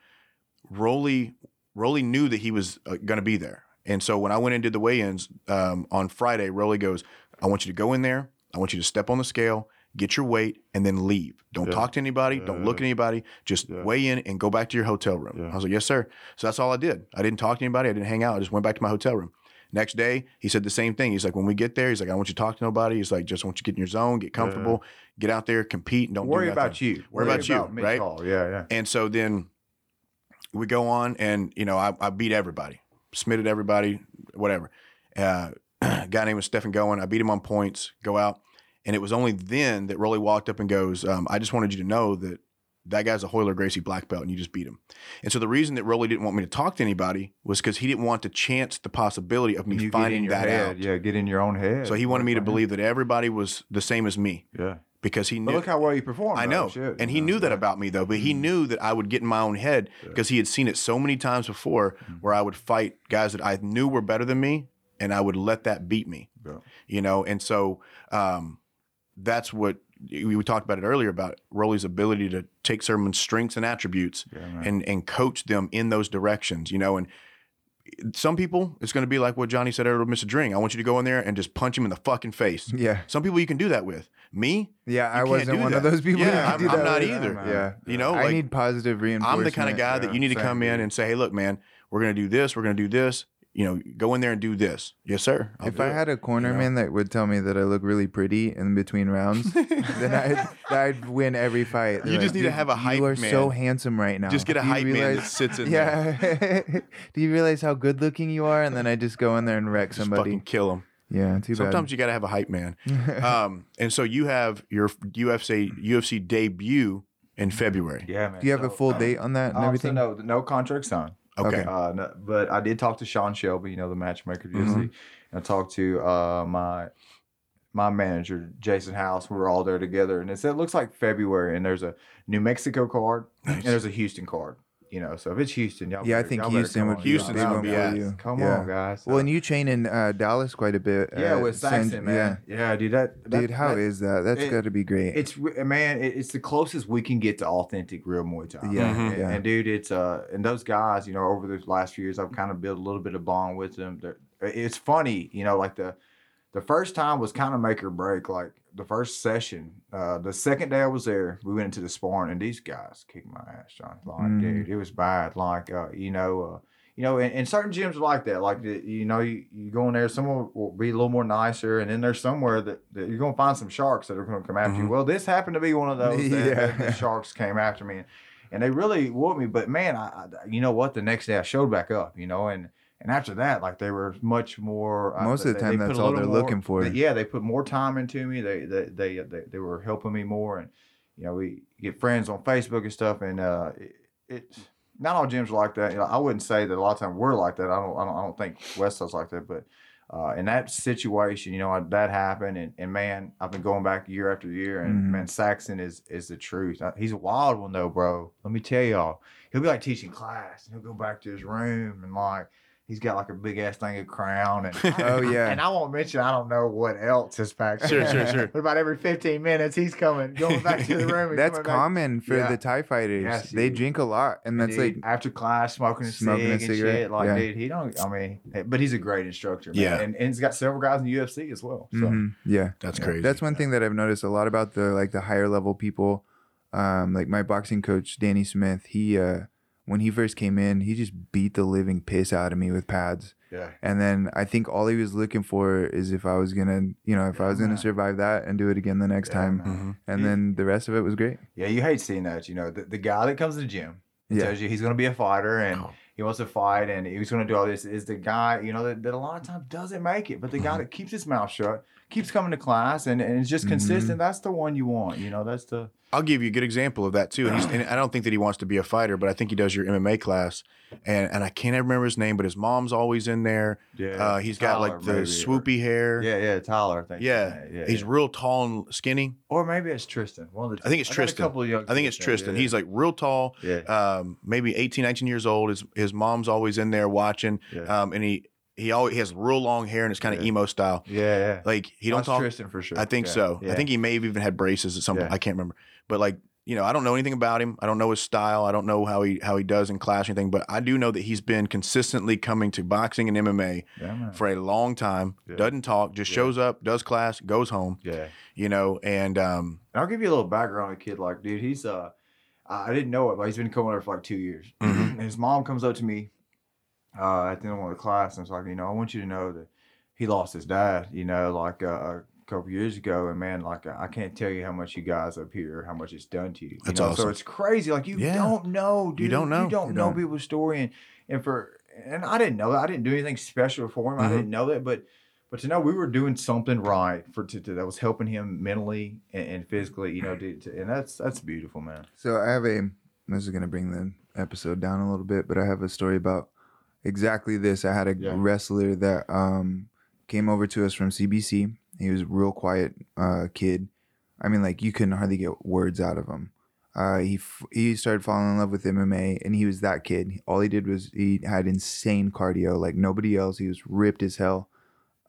D: Rolly, Rolly knew that he was uh, going to be there, and so when I went and did the weigh-ins um, on Friday, Rolly goes, "I want you to go in there. I want you to step on the scale." Get your weight and then leave. Don't
E: Yeah.
D: talk to anybody. Don't look at anybody. Just
E: Yeah.
D: weigh in and go back to your hotel room.
E: Yeah.
D: I was like, yes, sir. So that's all I did. I didn't talk to anybody. I didn't hang out. I just went back to my hotel room. Next day, he said the same thing. He's like, when we get there, he's like, I don't want you to talk to nobody. He's like, just want you to get in your zone, get comfortable, get out there, compete, and don't
E: worry
D: do
E: about you.
D: Worry about you,
E: Mitch
D: right?
E: Hall. Yeah, yeah.
D: And so then we go on, and you know, I, I beat everybody, smitted everybody, whatever. Uh, (clears throat) guy named was Stephen Goen. I beat him on points. Go out, and it was only then that Rolly walked up and goes, um, "I just wanted you to know that that guy's a Hoyler Gracie black belt, and you just beat him. And so the reason that Rolly didn't want me to talk to anybody was because he didn't want to chance the possibility of me
E: You get in
D: finding
E: your
D: that
E: head.
D: out.
E: Yeah, get in your own head.
D: So he wanted me to believe that everybody was the same as me
E: Yeah.
D: because he
E: But
D: knew.
E: look how well you
C: Oh,
E: performed.
D: I
E: though.
D: know,
E: Shit,
D: and
E: you
D: he
E: know.
D: knew that about me though. But
C: Mm-hmm.
D: he knew that I would get in my own head because he had seen it so many times before,
C: Mm-hmm.
D: where I would fight guys that I knew were better than me, and I would let that beat me.
E: Yeah.
D: You know, and so um, that's what we we talked about it earlier about Rolly's ability to take certain strengths and attributes
E: Yeah, man.
D: and and coach them in those directions. You know, and eh, some people it's going to be like what Johnny said earlier, Mr. Dring. I want you to go in there and just punch him in the fucking face.
C: Yeah.
D: Some people you can do that with. Me,
C: Yeah, I
D: can't
C: wasn't
D: do
C: one of
D: that.
C: those people.
D: Yeah,
C: that
D: I'm-
C: could do
D: I'm
C: that
D: not
C: with.
D: either.
C: Yeah.
D: you know,
C: I
D: like-
C: need positive reinforcement.
D: I'm the kind of guy that
C: Yeah,
D: you need to
C: same,
D: come in
C: dude.
D: and say, "Hey, look, man, we're going to do this. We're going to do this. You know, go in there and do this." Yes, sir. I'll
C: If
D: do
C: I
D: it.
C: had a cornerman that would tell me that I look really pretty in between rounds,
D: (laughs)
C: then I'd, I'd win every fight. They're
D: You just
C: like,
D: need to
C: "Dude,
D: have a hype
C: You are
D: man.
C: so handsome right now.
D: just get a
C: Do you
D: hype man that
C: realize- (laughs)
D: sits in there,
C: Yeah. (laughs) Do you realize how good looking you are? And then I just go in there and wreck
D: just
C: somebody.
D: fucking kill him.
C: Yeah, too (laughs)
D: Sometimes you got to have a hype man. um, and so you have your UFC UFC debut in February.
E: Yeah,
C: bad.
E: man.
C: Do you have a
E: So,
C: full date on that and
E: Um, so
C: everything?
E: no, no contract signed.
D: Okay.
C: Okay.
E: Uh, no, but I did talk to Sean Shelby, you know, the matchmaker.
D: Mhm.
E: obviously.
C: Mm-hmm.
E: And I talked to uh, my my manager, Jason House. We were all there together, and it's, it looks like February. And there's a New Mexico card,
D: Nice.
E: and there's a Houston card. You know, so if it's Houston, y'all
C: Yeah, I
E: better-
C: think
E: y'all better
C: Houston
E: come
C: would
E: on,
C: be
E: y'all.
D: Houston's gonna be
E: Y'all better-
D: at
C: you.
E: Come
C: Yeah.
E: on, guys.
C: Well, and you train in uh, Dallas quite a bit.
E: yeah,
C: uh,
E: with
C: San-
E: Saxon, man. Yeah, dude, that,
C: Yeah. Dude,
E: that-
C: how
E: that-
C: is that? That's
E: it-
C: got to be great.
E: it's re- eh, man, it, it's the closest we can get to authentic real Muay Thai.
C: Yeah,
D: Mhm.
E: and,
C: yeah.
E: and dude, it's uh, and those guys, you know, over the last few years, I've kind of built a little bit of bond with them. They're, eh, it's funny, you know, like the the first time was kind of make or break. Like the first session, uh, the second day I was there, we went into the sparring, and these guys kicked my ass, John. Like,
C: Mm.
E: dude, it was bad. Like, uh, you know, uh, you know, and, and certain gyms are like that. Like, the, you know, you, you go in there, someone will be a little more nicer, and then there's somewhere that, that you're gonna find some sharks that are gonna come after
D: Mhm.
E: you. Well, this happened to be one of those. That,
C: (laughs)
E: that
C: Mm-hmm. Yeah.
E: the sharks came after me, and, and they really whooped me. But man, I, I, you know what? The next day I showed back up, you know, and and after that, like they were much more. I-
C: Most of the
E: they-
C: time,
E: they put
C: that's
E: a
C: all
E: little
C: they're
E: more-
C: looking for.
E: yeah, they put more time into me. They they they they, they were helping me more, and you know, we get friends on Facebook and stuff, and uh, it, it's not all gyms are like that. You know, I wouldn't say that a lot of times we're like that. I don't I don't, I don't think Westside's like that, but. Uh, in that situation, you know that happened, and, and man, I've been going back year after year, and
C: Mhm.
E: man, Saxon is is the truth. Uh, He's a wild one though, bro. Let me tell y'all, he'll be like teaching class, and he'll go back to his room, and like he's got like a big ass thing of crown, and
C: oh
E: (laughs) and
C: yeah.
E: I won't mention I don't know what else is back there. (laughs)
D: Sure, sure, sure.
E: But about every 15 minutes, he's coming, going back to the room. and
C: That's
E: coming back.
C: common for
E: Yeah.
C: the Thai fighters.
E: Yes,
C: they
E: dude.
C: drink a lot, and that's
E: Dude,
C: like
E: after class, smoking a
C: Smoking a
E: cig
C: cigarette,
E: and shit. Like,
C: yeah.
E: dude, he don't. I mean, eh, but he's a great instructor. Man.
D: Yeah. Mm-hmm.
E: and, and he's got several guys in the UFC as well. So
C: Mhm. yeah.
D: That's
E: Yeah.
D: crazy.
C: That's one thing that I've noticed a lot about the like the higher level people. Um, like my boxing coach Danny Smith, he uh, when he first came in, he just beat the living piss out of me with pads.
E: yeah,
C: And then I think all he was looking for is if I was gonna, you know, if I was gonna
E: Yeah.
C: survive that and do it again the next
E: Yeah,
C: time.
E: man.
D: Mhm.
C: And
E: Yeah.
C: then the rest of it was great.
E: yeah. You hate seeing that. You know, the, the guy that comes to the gym and
C: Yeah.
E: tells you he's going to be a fighter and
D: Oh.
E: he wants to fight and he's going to do all this is the guy you know that, that a lot of times doesn't make it, but the
D: Mm-hmm.
E: guy that keeps his mouth shut, keeps coming to class and, and is just
C: Mhm.
E: consistent. That's the one you want. You know, that's the
D: I'll give you a good example of that too. And, he's, and I don't think that he wants to be a fighter, but I think he does your MMA class. And and I can't remember his name, but his mom's always in there. Uh, he's got like the
E: Tyler, maybe, or-
D: swoopy hair.
E: Yeah, yeah, Tyler. I think.
D: Yeah,
E: yeah.
D: he's
E: yeah.
D: real tall and skinny.
E: or maybe it's Tristan. One of the.
D: I think it's
E: got
D: Tristan.
E: A couple of young
D: I think it's Tristan. He's like real tall,
E: Yeah.
D: um, maybe 18, 19 years old. His his mom's always in there watching,
E: Yeah.
D: um, and he he always he has real long hair and it's kind of
E: Yeah.
D: emo style.
E: yeah, yeah.
D: Like he uh, don't
E: That's
D: talk.
E: Tristan for sure.
D: I think
E: Yeah,
D: so.
E: yeah.
D: I think he may have even had braces at some point.
E: Yeah.
D: I can't remember. But like you know, I don't know anything about him. I don't know his style. I don't know how he how he does in class or anything. But I do know that he's been consistently coming to boxing and MMA
E: Yeah, man.
D: for a long time.
E: Yeah.
D: Doesn't talk. Just
E: Yeah.
D: shows up, does class, goes home.
E: yeah.
D: You know, and um,
E: And I'll give you a little background on the kid. Like, dude, he's uh, I I didn't know it, but he's been coming over for like two years. (clears throat)
D: Mhm.
E: and his mom comes up to me uh, at the end of one of the class and was like, you know, I want you to know that he lost his dad. You know, like uh, a couple years ago, and man, like I can't tell you how much you guys up here, how much it's done to you. you
D: That's
E: know?
D: awesome.
E: So it's crazy. Like you
D: Yeah.
E: don't know, dude.
D: You don't know.
E: You don't
C: You
E: know
C: don't.
E: people's story, and and for and I didn't know that. I didn't do anything special for him. I
D: Mhm.
E: didn't know that, but. But to know we were doing something right for to, to- that was helping him mentally and, and physically, you know, to, to, and that's that's beautiful, man.
C: So I have a. This is gonna bring the episode down a little bit, but I have a story about exactly this. I had a
E: Yeah.
C: wrestler that um came over to us from CBC. He was a real quiet uh, kid. I mean, like you couldn't hardly get words out of him. Uh, he f- he started falling in love with MMA, and he was that kid. All he did was he had insane cardio, like nobody else. He was ripped as hell.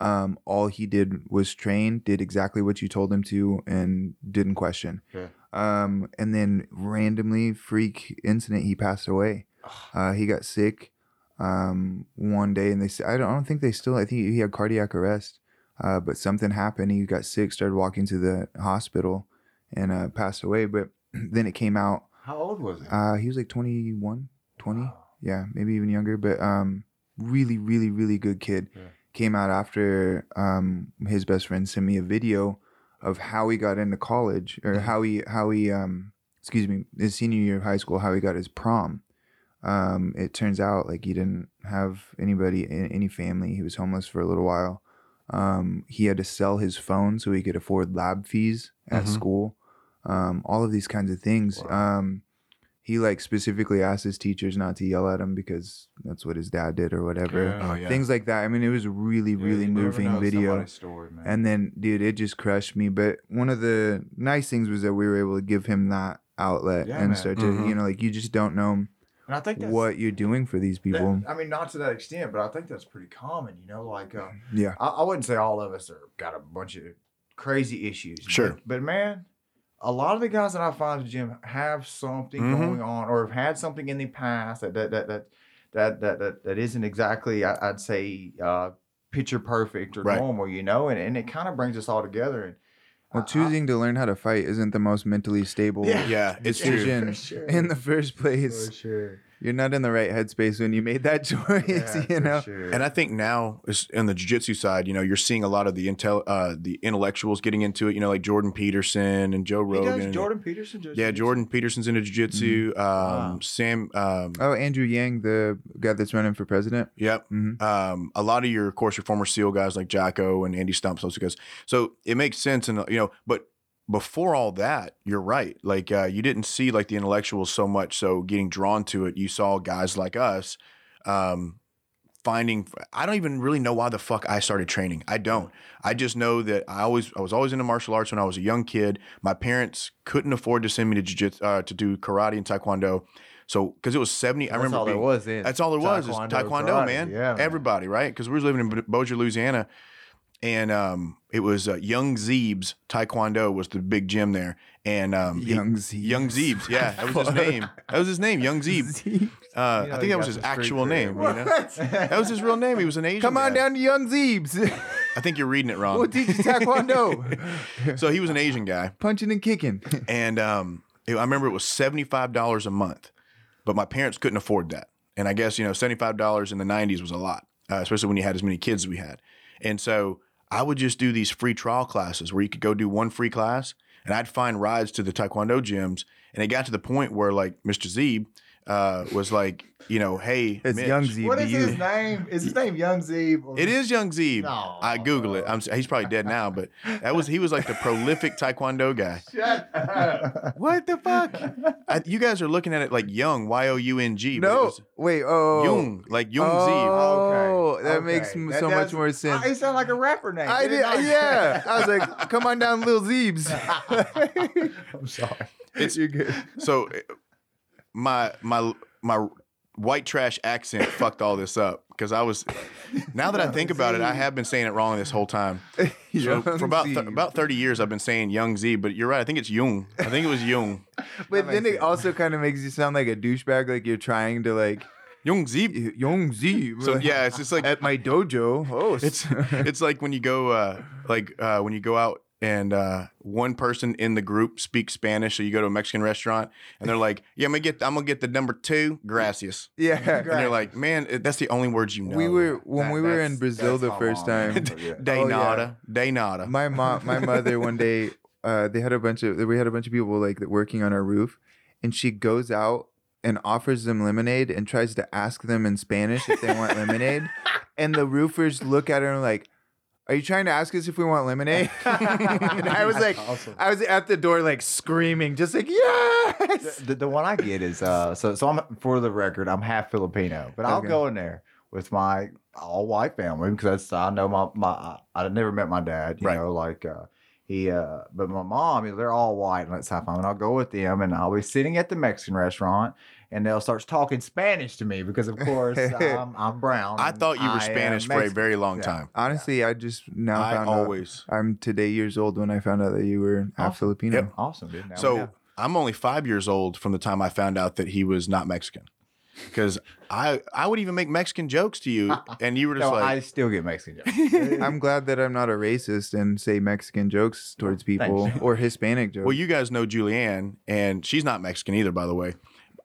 C: Um, all he did was train, did exactly what you told him to, and didn't question.
E: Yeah.
C: Um, and then randomly, freak incident, he passed away. Uh, he got sick um, one day, and they s- I don't, I don't think they still. I think he had cardiac arrest, uh, but something happened. He got sick, started walking to the hospital, and uh, passed away. But (clears throat) then it came out
E: How old was he?
C: uh, he was like 21, 20.
E: Wow.
C: Yeah, maybe even younger, but um, really, really, really good kid.
E: Yeah.
C: Came out after um, his best friend sent me a video of how he got into college or
E: Mm-hmm.
C: how he, how he, um, excuse me, his senior year of high school, how he got his prom. Um, it turns out like he didn't have anybody, a- any family. He was homeless for a little while. Um, he had to sell his phone so he could afford lab fees at
D: Mhm.
C: school. Um, all of these kinds of things.
E: Mm-hmm. Wow.
C: Um, he like specifically asked his teachers not to yell at him because that's what his dad did or whatever.
E: Yeah.
D: Oh yeah.
C: Things like that. I mean, it was a really,
E: Dude,
C: really
E: you never know
C: moving video.
E: somebody's Story, man.
C: And then, dude, it just crushed me. But one of the nice things was that we were able to give him that outlet
E: Yeah,
C: and
E: man.
C: start to,
D: Mhm.
C: you know, like you just don't know
E: And I think that's
C: what you're doing for these
E: that-
C: people.
E: I mean, not to that extent, but I think that's pretty common. You know, like uh,
C: yeah.
E: I, I wouldn't say all of us are got a bunch of crazy issues.
D: Sure.
E: But, but man, a lot of the guys that I find at the gym have something
D: Mhm.
E: going on or have had something in the past that that that that that that, that, that isn't exactly I, I'd say uh, picture perfect or
D: Right.
E: normal, you know, and, and it kind of brings us all together. And
C: Well,
E: I- I-
C: choosing to learn how to fight isn't the most mentally stable
E: uh, (laughs) Yeah.
D: yeah, it's true.
C: Decision.
E: For sure.
C: in the first place.
E: for
D: (laughs)
E: sure.
C: You're not in the right headspace when you made that (laughs) choice,
E: Yeah,
C: you
E: for
C: know?
E: sure.
D: And I think now it's on the jiu-jitsu side, you know, you're seeing a lot of the intel uh the intellectuals getting into it, you know, like Jordan Peterson and Joe
E: he
D: Rogan.
E: does Jordan Peterson. does
D: Yeah,
E: jiu-jitsu.
D: Jordan Peterson's into jiu-jitsu. Um
E: Wow.
D: Sam um
C: Oh, Andrew Yang, the guy that's running for president.
D: Yep.
E: Mm-hmm.
C: Mhm.
D: Um, a lot of your, of course, your former SEAL guys like Jocko and Andy Stumps, those guys. So it makes sense, and you know, but before all that, you're right. Like uh, you didn't see like the intellectuals so much, so getting drawn to it. You saw guys like us um, finding. I don't even really know why the fuck I started training. I don't. I just know that I always I was always into martial arts when I was a young kid. My parents couldn't afford to send me to jiu-jitsu, uh, to do karate and taekwondo. So, because it was seventy, I
E: That's
D: remember
E: all
D: being,
E: there was. Then.
D: that's all there was is
E: Taekwondo,
D: taekwondo,
E: karate.
D: man.
E: Yeah, man.
D: Everybody, right? Because we was living in B- Bossier, Louisiana, and um, it was uh, Young Zeebs Taekwondo was the big gym there, and um, he-
C: Young Z.
D: Young Zeebs, yeah,
E: (laughs)
D: that was his name. That was his name, Young Zeebs.
C: Z.
D: Uh,
E: You know,
D: I
E: he
D: think that
E: got
D: was his
E: the street
D: actual
E: cred,
D: name. You
E: man. (laughs)
D: know? That was his real name. He was an
C: (laughs)
D: Asian.
C: Come on
D: guy.
C: down to Young Zeebs. (laughs)
D: I think you're reading it wrong.
C: we'll teach you Taekwondo.
D: (laughs) so he was an Asian guy,
C: Punching and kicking.
D: and um, it- I remember it was seventy five dollars a month, but my parents couldn't afford that. And I guess you know seventy five dollars in the nineties was a lot, uh, especially when you had as many kids as we had. And so I would just do these free trial classes where you could go do one free class, and I'd find rides to the taekwondo gyms. And it got to the point where like Mr. Zeeb uh, was like, you know, hey,
C: It's
D: Mitch."
C: Young Zeeb.
E: What
C: to
E: is
C: you.
E: his name? Is his name Young Zeeb? Or
D: It is Young Zeeb.
E: No.
D: I Google it. I'm, he's probably dead now, but that was he was like the prolific taekwondo guy.
E: Shut up.
D: What the (laughs) fuck? I, you guys are looking at it like Young, Y O U N G. but it
C: No.
D: was
C: Wait, oh.
D: Jung, like Jung Zeeb.
C: Oh,
E: Okay,
C: that
E: okay.
C: makes m
E: That
C: so
E: does-
C: much more sense.
E: It sounded like a rapper name.
C: I
E: did
C: did,
E: it not?
C: yeah.
E: (laughs)
C: I was like, come on down, Lil
D: (laughs)
C: Zeebs. (laughs)
E: I'm sorry.
D: It's-
C: You're good.
D: So uh, my my my white trash
C: (laughs)
D: accent fucked all this up because I was. Now that I think about it, I have been saying it wrong this
C: (laughs)
D: whole time. So
C: Young
D: for about th-
C: Zeeb.
D: about thirty years, I've been saying Young Z, but you're right. I think it's Jung. I think it was Jung.
C: But then
E: makes
C: it
E: sense.
C: also kind of makes you sound like a douchebag, like you're trying to like
D: Jung Z.
C: (laughs) Young Z.
D: So yeah, it's just like
C: at (laughs) my dojo.
D: (laughs)
C: Oh,
D: It's it's like when you go uh like uh when you go out and uh one person in the group speaks Spanish, so you go to a Mexican restaurant and they're like, "Yeah, I'm gonna get I'm gonna get the number two, gracias."
C: yeah.
D: And you're like, "Man, it- that's the only words you know."
C: We were when
E: That-
C: we were in
E: that's-
C: Brazil
E: that's
C: the
E: how
C: first
E: long
D: (laughs)
C: time.
E: I forget.
D: de
C: oh, yeah.
D: nada, de nada.
C: My mom, my mother, one day, uh, they had a bunch of we had a bunch of people like working on our roof, and she goes out and offers them lemonade and tries
D: (laughs)
C: to ask them in Spanish if they want lemonade, and the roofers look at her and like, Are you trying to ask us if we want lemonade? (laughs) (laughs) and I
E: (laughs)
C: was like, I was at the door, like screaming, just like, yes.
E: The, the one I get is uh, so so I'm for the record, I'm half Filipino, but I'll
C: Okay.
E: go in there with my all white family because that's I know my my I, I never met my dad, you
D: Right.
E: know, like uh, he uh, but my mom, you know, they're all white and that's how fun. And I'll go with them, and I'll be sitting at the Mexican restaurant. And they'll start talking Spanish to me because, of course, I'm, I'm brown.
D: (laughs) I
E: and
D: thought you
E: I am
D: were Spanish for a
E: Mexican.
D: very long
E: Yeah.
D: time.
C: Honestly, I just now
D: I
C: found out.
D: always. Oh.
C: I'm today years old when I found out that you were half
E: Awesome.
C: Filipino.
D: Yep.
E: Awesome, dude. Now we
D: So
E: know.
D: I'm only five years old from the time I found out that he was not Mexican. Because I I would even make Mexican jokes
E: (laughs)
D: to you, and you were just
E: no, I
D: like,
E: still get Mexican jokes.
D: (laughs)
C: I'm glad that I'm not a racist and say Mexican jokes towards people or Hispanic jokes.
D: Oh, (laughs) "Well, you guys know Julianne, and she's not Mexican either, by the way.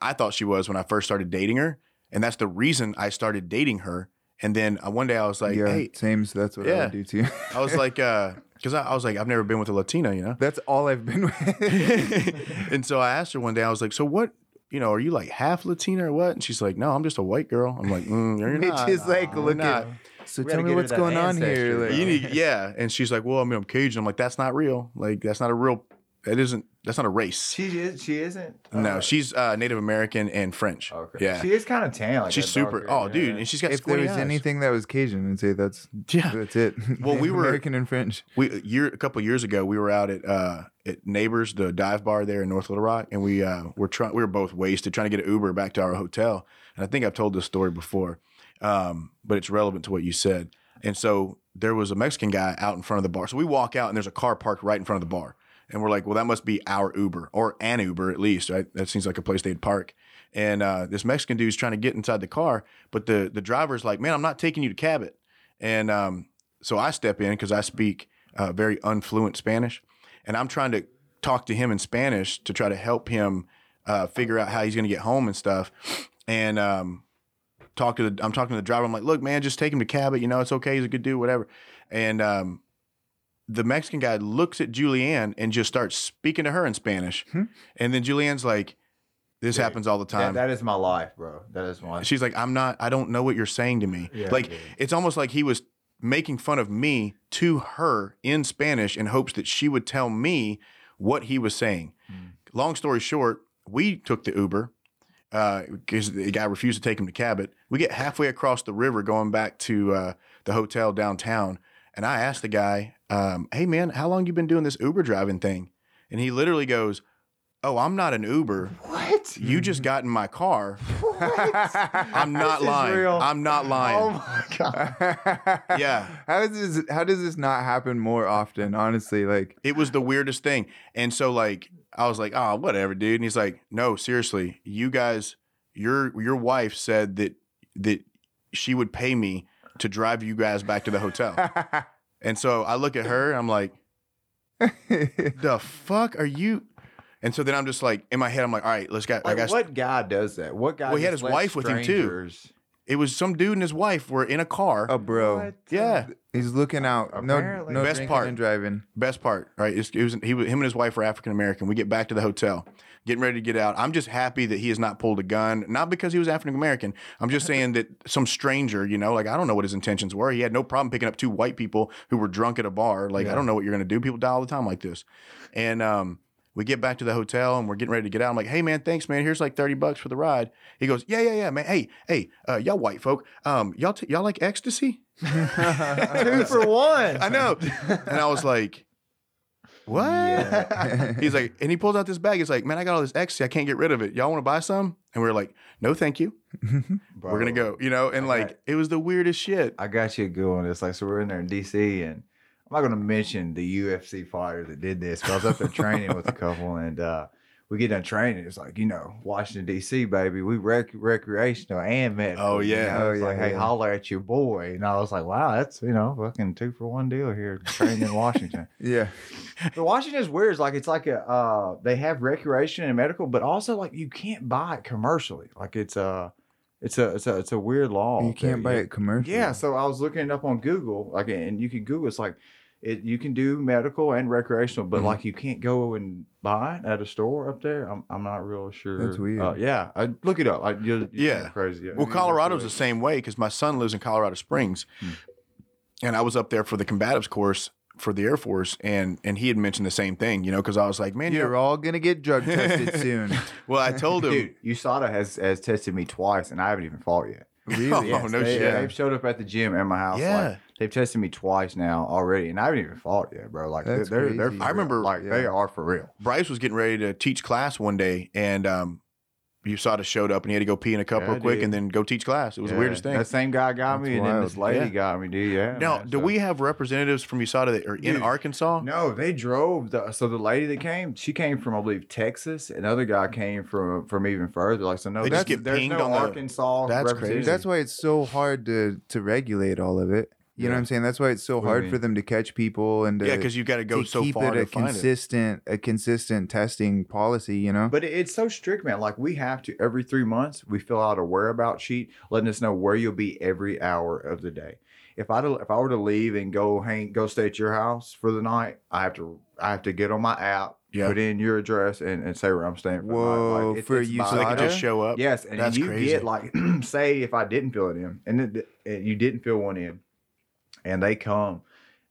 D: I thought she was when I first started dating her, and that's the reason I started dating her. And then uh, one day I was like,
C: yeah,
D: hey,
C: same. So that's what I
D: Yeah.
C: would do too. (laughs)
D: I was like, because I, I was like, I've never been with a Latina, you know. (laughs)
C: that's all I've been with.
D: and so I asked her one day, I was like, so what? You know, are you like half Latina or what? And she's like, no, I'm just a white girl. I'm like, mm, you're
C: Mitch
D: not.
C: is
E: Uh,
C: like,
D: You're
C: look
D: not."
C: at. So
E: We
C: tell
E: gotta
C: me
E: get
C: what's
E: her that
C: going on
E: ancestry,
C: here.
E: bro.
C: Like,
D: you need, yeah. And she's like, well, I mean, I'm Cajun. I'm like, that's not real. Like, that's not a real. That isn't. That's not a race.
E: She is. She isn't.
D: no,
E: uh,
D: she's uh, Native American and French.
E: Okay.
D: Yeah,
E: She is kind of tan. Like
D: she's
E: that dark
D: super.
E: hair,
D: Oh,
E: yeah.
D: dude, and she's got.
C: if there
D: squinty
C: was
D: eyes.
C: anything that was Cajun, I'd say that's
D: (laughs) yeah.
C: that's it. (laughs)
D: Well, we were-
C: American and
D: (laughs)
C: French.
D: we a year a couple years ago we were out at uh at neighbors the dive bar there in north little rock and we uh were trying we were both wasted trying to get an uber back to our hotel and i think i've told this story before um but it's relevant to what you said and so there was a mexican guy out in front of the bar so we walk out and there's a car parked right in front of the bar and we're like well that must be our uber or an uber at least right that seems like a place they'd park and uh, this Mexican dude's trying to get inside the car, but the the driver's like, "Man, I'm not taking you to Cabot." And um, so I step in because I speak uh, very unfluent Spanish, and I'm trying to talk to him in Spanish to try to help him uh, figure out how he's going to get home and stuff. And um, talk to the, I'm talking to the driver. I'm like, "Look, man, just take him to Cabot. You know, it's okay. He's a good dude, whatever." And um, the Mexican guy looks at Julianne and just starts speaking to her in Spanish, and then Julianne's like. This
E: Dude,
D: happens all the
E: Hmm. That,
D: time.
E: that is my life, bro. That is my.
D: She's like, I'm not, I don't know what you're saying to me.
E: Yeah,
D: like,
E: dude.
D: it's almost like he was making fun of me to her in Spanish in hopes that she would tell me what he was saying.
E: Hmm.
D: Long story short, we took the Uber because the guy refused to take him to Cabot. We get halfway across the river going back to uh, the hotel downtown. And I asked the guy, um, hey, man, how long you been doing this Uber driving thing? And he literally goes, oh, I'm not an Uber.
E: (laughs) what?
D: You just got in my car.
C: (laughs)
D: I'm not
E: Mm-hmm. (laughs) This is
D: lying.
E: real.
D: I'm not lying.
E: Oh my god.
D: Yeah.
C: How is this? How does this not happen more often? Honestly, like (laughs)
D: It was the weirdest thing. And so like I was like, "Oh, whatever, dude." And he's like, "No, seriously. You guys your your wife said that that she would pay me to drive you guys back to the hotel." and so I look at her, I'm like, "The fuck are you?" And so then I'm just like in my head I'm like, "All right, let's get
E: Like,
D: (laughs) I got
E: what guy does that? What guy?
D: Well, he had
E: just
D: his
E: lets
D: wife with him, too.
E: strangers-
D: It was some dude and his wife were in a car.
C: oh, bro,
E: What?
D: yeah.
C: he's looking out.
E: Apparently.
C: No, no
D: Best
C: drinking
D: part.
C: and driving.
D: Best part, right? It's, it was he, was- him and his wife were African American. We get back to the hotel, getting ready to get out. I'm just happy that he has not pulled a gun, not because he was African American. I'm just saying that some stranger, you know, like I don't know what his intentions were. He had no problem picking up two white people who were drunk at a bar. Like I don't know what you're gonna do. People die all the time like this, and um, we get back to the hotel and we're getting ready to get out. I'm like, hey man, thanks man. Here's like thirty bucks for the ride. He goes, yeah, yeah, yeah, man. Hey, hey, uh, y'all white folk, um, y'all t- y'all like ecstasy?
E: (laughs)
C: (laughs)
E: Two for one.
D: I
E: (laughs)
D: know. and I was like, what? He's like, and (laughs) he pulls out this bag. He's like, man, I got all this ecstasy. I can't get rid of it. Y'all want to buy some? And we were like, no, thank you.
E: Bro,
D: (laughs)
C: Mm-hmm.
D: We're going to go, you know? And
E: I
D: like,
E: got-
D: it was the weirdest shit.
E: I got you a good one. It's like so we're in there in DC, and I'm not gonna mention the UFC fighter that did this, but I was up there training with a couple, and uh, we get done training. It's like you know, Washington DC, baby. We rec- recreational and medical.
D: Oh,
E: you
D: yeah.
E: know?
C: Oh,
E: It's
C: yeah,
E: like hey,
C: yeah.
E: holler at your boy, and I was like, wow, that's you know, fucking two for one deal here, training in
C: (laughs)
E: Washington.
C: Yeah.
E: But Washington is weird. It's like it's like a uh, they have recreation and medical, but also like you can't buy it commercially. Like it's a it's a it's a it's a weird law.
C: you can't buy
E: it.
C: it commercial.
D: (laughs)
E: Yeah, so I was looking it up on Google, like, and you can Google. It's like, it you can do medical and recreational, but
D: Mhm.
E: like you can't go and buy it at a store up there. I'm, I'm not real sure.
C: That's weird.
E: Uh, yeah, I, look it up. I, you'll, you'll
D: Yeah.
E: crazy. Yeah. Hmm.
D: Well, Colorado's the same way because my son lives in Colorado Springs. and I was up there for the combatives course for the Air Force, and and he had mentioned the same thing, you know, because I was like, man, you
C: You're
D: know-
C: all gonna get drug tested soon.
D: Well, I told him,
E: Dude, USADA has has tested me twice, and I haven't even fought yet.
D: oh
C: Really?
D: no
E: they,
D: shit,
E: They've showed up at the gym at my house.
D: Yeah.
E: Like, they've tested me twice now already, and I haven't even fought yet, bro. Like
C: That's
E: they're they're.
C: crazy.
E: for
D: I
E: real.
D: remember-
E: like
C: yeah.
E: they are for real.
D: Bryce was getting ready to teach class one day, and um, USADA showed up, and he had to go pee in a cup
E: Yeah,
D: real quick,
E: dude.
D: and then go teach class. It was
E: Yeah.
D: the weirdest thing.
E: That same guy got me,
C: That's
E: and then this
C: wild.
E: lady
D: Yeah.
E: got me, dude. Yeah.
D: now,
E: man,
D: do
E: so-
D: we have representatives from USADA that are in
E: Dude,
D: Arkansas?
E: No, they drove. The, so the lady that came, she came from I believe Texas. Another guy came from from even further. Like so, no,
D: They
E: that's,
D: just get
E: there's
D: pinged
E: no
D: on the-
E: Arkansas.
D: That's
E: representative.
D: crazy.
C: That's why it's so hard to to regulate all of it. You know
E: Yeah.
C: what I'm saying? That's why it's so
E: What do you
C: hard
E: mean?
C: for them to catch people and to,
D: Yeah, because you've got to go
C: to
D: so
C: keep
D: far
C: it a
D: to find it.
C: consistent a consistent testing policy. You know,
E: But it- it's so strict, man. Like we have to every three months, we fill out a whereabout sheet, letting us know where you'll be every hour of the day. If I if I were to leave and go hang, go stay at your house for the night, I have to I have to get on my app,
D: Yeah.
E: put in your address, and, and say where I'm staying. For the night.
C: Whoa,
E: Like, it's-
C: for
E: it's
C: you,
E: by-
D: So they can
C: Nevada?
D: just show up.
E: Yes, and
D: That's
E: you
D: crazy.
E: get like, (clears throat) say if I didn't fill it in, and it, and you didn't fill one in, and they come,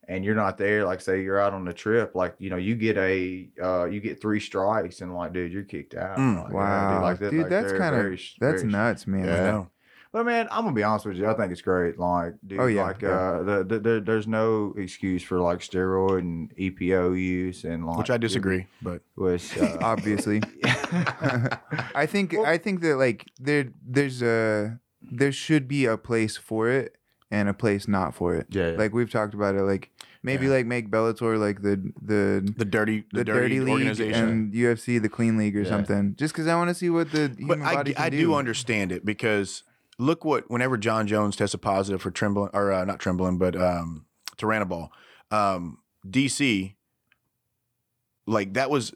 E: and you're not there. Like say you're out on a trip, like you know you get a uh, you get three strikes, and like dude, you're kicked out.
D: Mm.
E: Like, you know,
C: wow,
E: that-
C: dude, that's
E: they're
C: kind
E: very
C: of
E: sh-
C: that's
E: very sh-
C: nuts, man.
D: I
E: Yeah.
D: know.
E: But man, I'm gonna be honest with you. I think it's great. Like, dude,
C: Oh, yeah,
E: like
C: yeah.
E: uh, the, the, there- there's no excuse for like steroid and EPO use, and like
D: Which I disagree, but
E: Was (laughs)
C: (laughs)
E: uh,
C: Obviously, I think
E: Well-
C: I think that like there there's a there should be a place for it and a place not for it.
E: yeah,
C: Like we've talked about it, like maybe
D: Yeah.
C: like make Bellator like the the
D: the dirty, the,
C: the, dirty,
D: dirty,
C: league
D: organization.
C: and UFC the clean league or
E: Yeah.
C: something. Just because I want to see what the human
D: but I,
C: body can
D: I do. understand it because look what whenever John Jones tested positive for trembling or uh, not trembling but um tyrannoball um DC like that was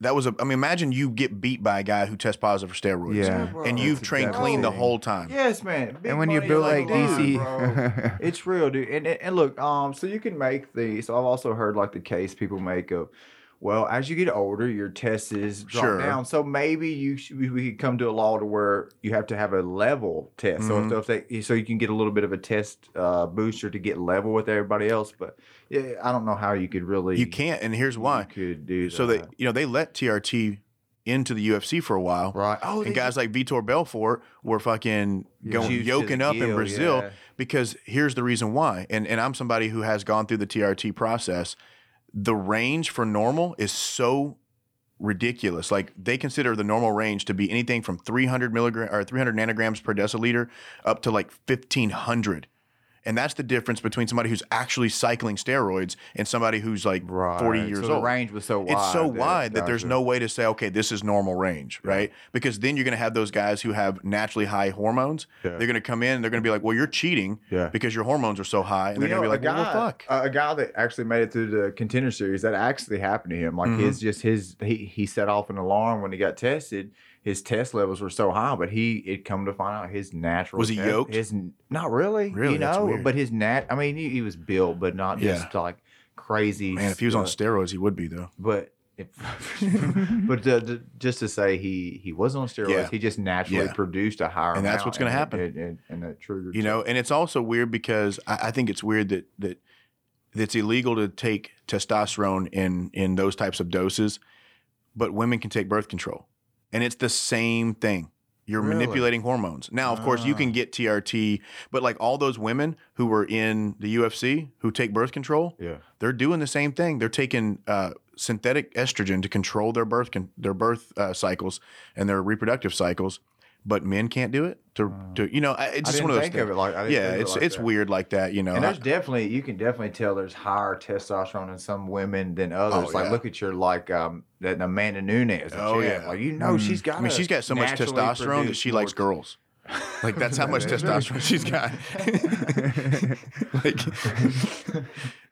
D: that was a I mean imagine you get beat by a guy who tests positive for steroids
C: Yeah,
E: bro.
D: and you've trained
C: exactly
D: clean the
C: it.
D: whole time
E: yes, man. Big
C: and when you
E: money,
C: build like,
E: come on,
D: (laughs)
E: bro.
C: DC,
E: It's real, dude. And, and and look, um, so you can make the. So I've also heard like the case people make of, well, as you get older, your tests is drop
D: Sure.
E: down. So maybe you should, we- we could come to a law to where you have to have a level test.
D: Mm-hmm.
E: So if, if they, so you can get a little bit of a test uh, booster to get level with everybody else. But yeah, I don't know how you could really.
D: you can't and here's
E: you
D: why
E: could do
D: so they you know they let TRT into the UFC for a while
E: right. Oh, (laughs)
D: and
E: they-
D: guys like Vitor Belfort were fucking
C: Yeah.
D: going
E: Juice to
D: yoking
E: the
D: up in
E: gill,
D: Brazil
E: yeah.
D: because here's the reason why. And and I'm somebody who has gone through the TRT process. The range for normal is so ridiculous. Like they consider the normal range to be anything from 300 milligram or 300 nanograms per deciliter up to like 1500. And that's the difference between somebody who's actually cycling steroids and somebody who's like
E: Right.
D: 40 years
E: so
D: old.
E: The range was so wide.
D: It's so
E: that-
D: wide that there's
E: gotcha.
D: no way to say, okay, this is normal range, right? Because then you're going to have those guys who have naturally high hormones.
E: Yeah.
D: They're going to come in. They're going to be like, well, you're cheating
E: Yeah.
D: because your hormones are so high, and
E: We
D: they're going to be
E: know
D: like,
E: a guy, uh,
D: well, well, fuck.
E: A, a guy that actually made it through the contender series, that actually happened to him. Like
D: Mhm.
E: his just his he he set off an alarm when he got tested. His test levels were so high, but he it come to find out his natural
D: Was he
E: test-
D: yoked?
E: His not really,
D: Really?
E: you
D: That's
E: know,
D: weird.
E: but his nat. I mean, he, he was built, but not
D: Yeah.
E: just like crazy.
D: Man, if he was on
E: uh,
D: steroids, he would be though.
E: but. If, (laughs) but uh, d- just to say he he was on steroids,
D: Yeah.
E: he just naturally
D: Yeah.
E: produced a higher,
D: And that's
E: amount,
D: what's gonna
E: and it-
D: happen.
E: and, and, and that triggered
D: You know, and it's also weird because I, I think it's weird that that that's illegal to take testosterone in in those types of doses, but women can take birth control, and it's the same thing. You're
E: Really?
D: manipulating hormones. Now, of course, you
E: Ah.
D: can get TRT, but like all those women who were in the UFC who take birth control,
E: yeah
D: they're doing the same thing. They're taking uh, synthetic estrogen to control their birth con- their birth uh, cycles and their reproductive cycles, but men can't do it. To, to you know, I, it's
E: I
D: just
E: didn't
D: one of those
E: think
D: things.
E: of it like I didn't
D: yeah,
E: think of it
D: it's
E: like
D: it's
E: that.
D: weird like that. You know,
E: And there's
D: I-
E: definitely you can definitely tell there's higher testosterone in some women than others.
D: Oh,
E: like
D: yeah.
E: look at your like um that Amanda Nunes. that
D: Oh,
E: she
D: yeah.
E: had. like you know
C: Mm.
E: she's got.
D: I mean, she's got so much testosterone that she likes
E: (laughs)
D: girls. Like that's how much testosterone she's got. (laughs) like,
C: (laughs) hey,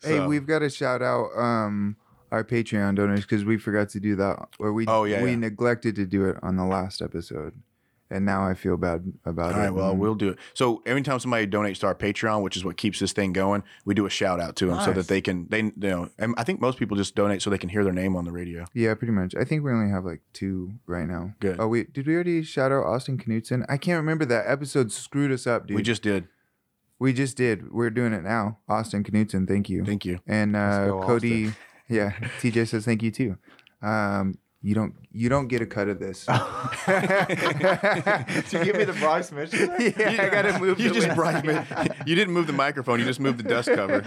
D: so,
C: we've got to shout out um our Patreon donors because we forgot to do that, or we
D: Oh, yeah,
C: we
D: yeah.
C: neglected to do it on the last episode, and now I feel bad about
D: (laughs) All
C: it. Mm.
D: right, well,
C: and-
D: we'll do it. So every time somebody donates to our Patreon, which is what keeps this thing going, we do a shout out to them so
E: Nice.
D: that they can they you know. And I think most people just donate so they can hear their name on the radio.
C: Yeah, pretty much. I think we only have like two right now.
D: Good.
C: Oh wait, did we already shout out Austin Knutson? I can't remember that episode. Screwed us up, dude.
D: We just did.
C: We just did. We're doing it now. Austin Knutson, thank you.
D: Thank you.
C: and uh,
E: go,
C: Cody,
E: (laughs)
C: yeah, TJ says thank you too. Um, you don't you don't get a cut
E: (laughs)
C: of this.
E: Did you give me the Bryce Mitchell? there?
C: (laughs)
D: (laughs)
C: yeah, I gotta move.
D: You
C: the
D: just
C: win- (laughs)
D: brought (laughs) me. You didn't move the microphone. You just moved the dust cover.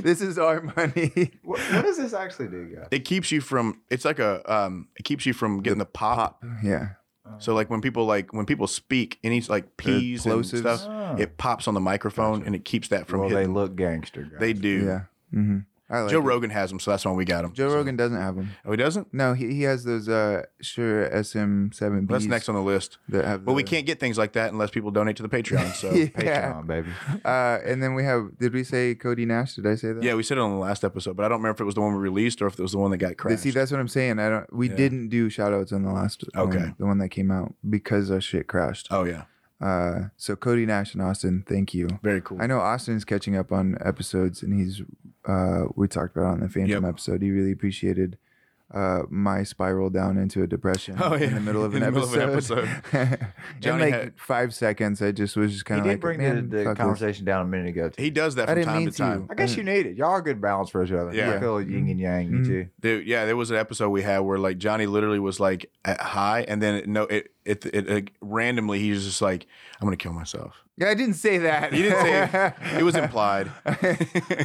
C: this is our money. (laughs)
E: What, what does this actually do, guys?
D: it keeps you from. It's like a. Um. It keeps you from getting the pop.
C: yeah,
D: So like when people like when people speak any like peas and
C: plosives.
D: stuff,
E: Ah.
D: it pops on the microphone and it keeps that from
E: Well, they
D: hitting.
E: look gangster, guys.
D: They, do.
C: yeah. hmm I like
D: Joe
C: it.
D: Rogan has them, so that's why we got them.
C: Joe Rogan doesn't have them.
D: Oh, he doesn't.
C: No, he, he has those uh sure SM7Bs.
D: That's next on the list.
C: That have
D: Well, we
C: the-
D: can't get things like that unless people donate to the Patreon.
C: (laughs)
D: So (laughs)
C: Yeah.
E: Patreon, baby.
C: Uh, and then we have. Did we say Cody Nash? Did I say that?
D: yeah, we said it on the last episode, but I don't remember if it was the one we released or if it was the one that got
C: Th-
D: crashed.
C: See, that's what I'm saying. I don't. We
D: Yeah.
C: didn't do shout outs on the last.
D: Okay.
C: one, the one that came out because our shit crashed.
D: oh yeah,
C: Uh, so Cody Nash and Austin, thank you.
D: very cool.
C: I know Austin's catching up on episodes, and he's. Uh, we talked about it on the Phantom
D: Yep.
C: episode. He really appreciated. Uh, my spiral down into a depression
D: Oh,
C: in
D: yeah.
C: the middle of an
D: (laughs) In the middle of an
C: episode. (laughs) in
D: Johnny
C: like
D: had-
C: five seconds, I just was just
E: He
C: kind of
E: did
C: like,
E: bring
C: Man,
E: the, the
C: fuck this."
E: conversation down a minute ago. Too.
D: He does that
C: I
D: from
C: didn't
D: time
C: mean
D: to time.
E: I guess you need it. Y'all are good balance for each other.
D: Yeah. Mm-hmm.
E: I feel yin and yang,
C: Mhm.
E: you two.
D: Dude, yeah, there was an episode we had where like Johnny literally was like at high, and then it, no, it it, it like, randomly he was just like, "I'm gonna kill myself."
C: Yeah, I didn't say that.
D: You didn't say it.
C: (laughs)
D: It was implied.
C: I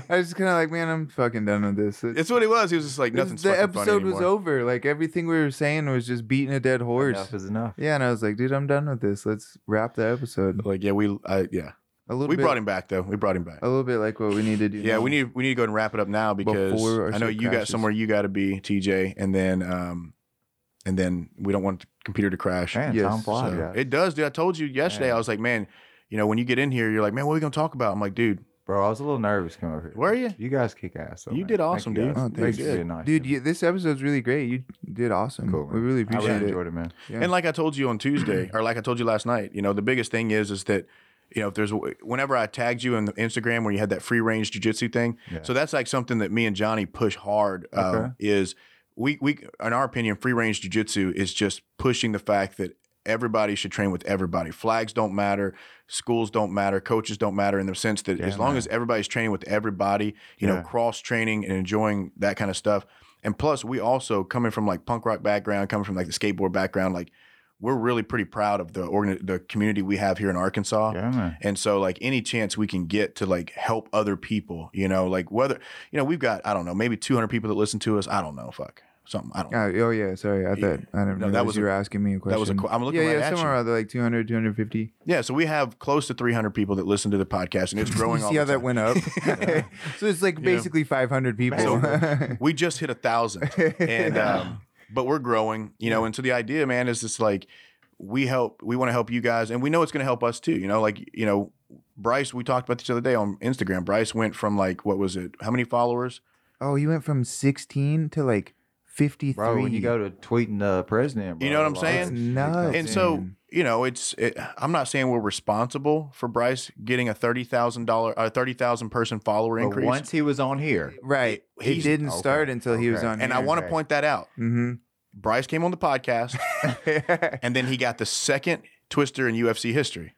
C: was just kind of like, man, I'm fucking done with this. It-
D: It's what it was. He was just like,
C: this-
D: "Nothing's
C: the
D: fucking
C: episode
D: funny
C: was
D: anymore."
C: over. Like everything we were saying was just beating a dead horse.
E: Enough is enough.
C: Yeah, and I was like, dude, I'm done with this. Let's wrap the episode.
D: Like, yeah, we I, yeah,
C: A little
D: we
C: bit,
D: brought him back though. We brought him back.
C: a little bit like what we need to do.
D: Yeah,
C: now.
D: we need we need to go and wrap it up now because
C: Before our
D: I know
C: ship
D: you got
C: crashes.
D: somewhere you got to be, TJ, and then um, and then we don't want the computer to crash.
E: Man,
C: Yes,
E: Tom Fly,
D: So,
E: guys.
D: it does, dude. I told you yesterday.
E: Yeah.
D: I was like, man, you know, when you get in here, you're like, man, what are we gonna talk about? I'm like, dude,
E: Bro, I was a little nervous coming over here.
D: Were you?
E: You guys kick ass. though,
D: You
E: man.
D: did
E: Thank
D: awesome,
E: you
D: dude.
E: guys.
C: Oh, thanks.
E: You did nice,
C: Dude,
E: man.
C: you, this episode's really great. You did awesome.
E: Cool,
C: we
E: man.
C: really
E: I
C: appreciate
E: really
C: it.
E: enjoyed it, man.
C: Yeah.
D: And like I told you on Tuesday, or like I told you last night, you know, the biggest thing is is that you know if there's whenever I tagged you on the Instagram where you had that free range jujitsu thing,
E: Yeah.
D: so that's like something that me and Johnny push hard. Um,
E: Okay.
D: Is we we in our opinion, free range jujitsu is just pushing the fact that everybody should train with everybody. Flags don't matter, schools don't matter, coaches don't matter in the sense that as
E: Yeah,
D: long
E: man.
D: as everybody's training with everybody, you know,
E: Yeah.
D: cross training and enjoying that kind of stuff. And plus, we also coming from like punk rock background, coming from like the skateboard background, like we're really pretty proud of the organ the community we have here in Arkansas.
E: Yeah, man.
D: And so like any chance we can get to like help other people, you know, like whether you know, we've got, I don't know, maybe 200 people that listen to us. I don't know, fuck. Something I don't know.
C: Oh, oh yeah, sorry. I
D: Yeah.
C: thought I didn't
D: No,
C: know
D: that
C: that was
D: was
C: you
D: a-
C: were asking me a question.
D: that was a qu- I'm looking
C: yeah,
D: right
C: yeah,
D: at
C: somewhere
D: you.
C: around like 200, 250.
D: Yeah, so we have close to 300 people that listen to the
C: (laughs)
D: podcast and (laughs) it's growing
C: you
D: all
C: see
D: the
C: how that
D: time.
C: went
D: (laughs)
C: up? (laughs) so it's like basically 500 people. (laughs)
D: So- we just hit a thousand and um, but we're growing you know and so the idea man is just like we help we want to help you guys and we know it's going to help us too you know like you know bryce we talked about this the other day on instagram bryce went from like what was it how many followers
C: Oh, you went from 16 to like 53.
E: Bro, when you go to tweeting the president, bro,
D: You know what I'm
E: like,
D: saying?
C: It's nuts.
D: and so
C: man.
D: you know it's it, i'm not saying we're responsible for bryce getting a $30000 a 30000 person follower
E: But
D: increase
E: once he was on
D: (laughs)
E: here,
C: right, he
D: he's-
C: didn't
E: okay,
C: start until he was
E: okay.
C: on.
D: and i want to
E: Okay.
D: point that out
C: hmm
D: bryce came on the podcast
E: (laughs)
D: and then he got the second twister in ufc history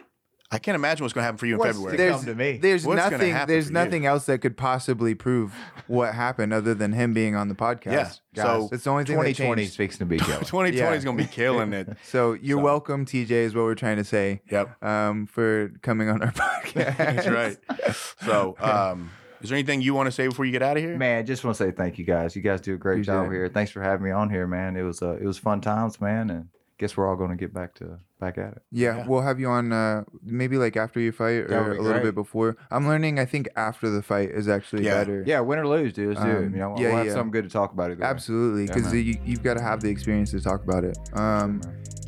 D: i can't imagine what's going to happen for you in
E: What's
D: february
E: the-
C: There's,
E: to me.
C: there's
D: What's gonna
C: nothing.
D: happen
C: There's
D: for
C: nothing else that could possibly prove what happened other than him being on the podcast.
D: Yeah.
E: Guys,
D: so (laughs)
C: It's the only thing that
E: 2020
C: changed.
E: speaks to be killer.
D: 2020
C: Yeah.
D: is going to be
C: (laughs)
D: killing it.
C: So you're
D: So-
C: welcome, TJ, is what we're trying to say.
D: Yep.
C: Um, for coming on our (laughs) podcast.
D: That's (laughs) right. So, um, is there anything you want to say before you get out of here?
E: Man, I just want to say thank you guys. You guys do a great
C: Appreciate
E: job
C: it.
E: here. Thanks for having me on here, man. It was uh, it was fun times, man, and guess we're all going to get back to back at it.
C: Yeah,
D: Yeah.
C: we'll have you on uh, maybe like after your fight
E: That would
C: or a
E: be
C: little bit
E: great.
C: before. I'm learning. I think after the fight is actually
D: Yeah.
C: better.
E: Yeah, win or lose, dude. Let's do it.
C: Um,
E: You know,
C: yeah,
E: we'll have
C: yeah.
E: something good to talk about. either way.
C: absolutely.
E: Yeah,
C: Because
E: man.
C: you, you've got to have the experience to talk about it. Um,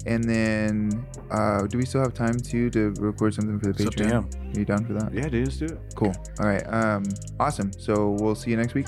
C: and then uh, do we still have time too to record something for the
D: It's up to
C: Patreon? Are you down for that?
E: Yeah, dude. Let's do it.
C: Cool. All right. Um, awesome. So we'll see you next week.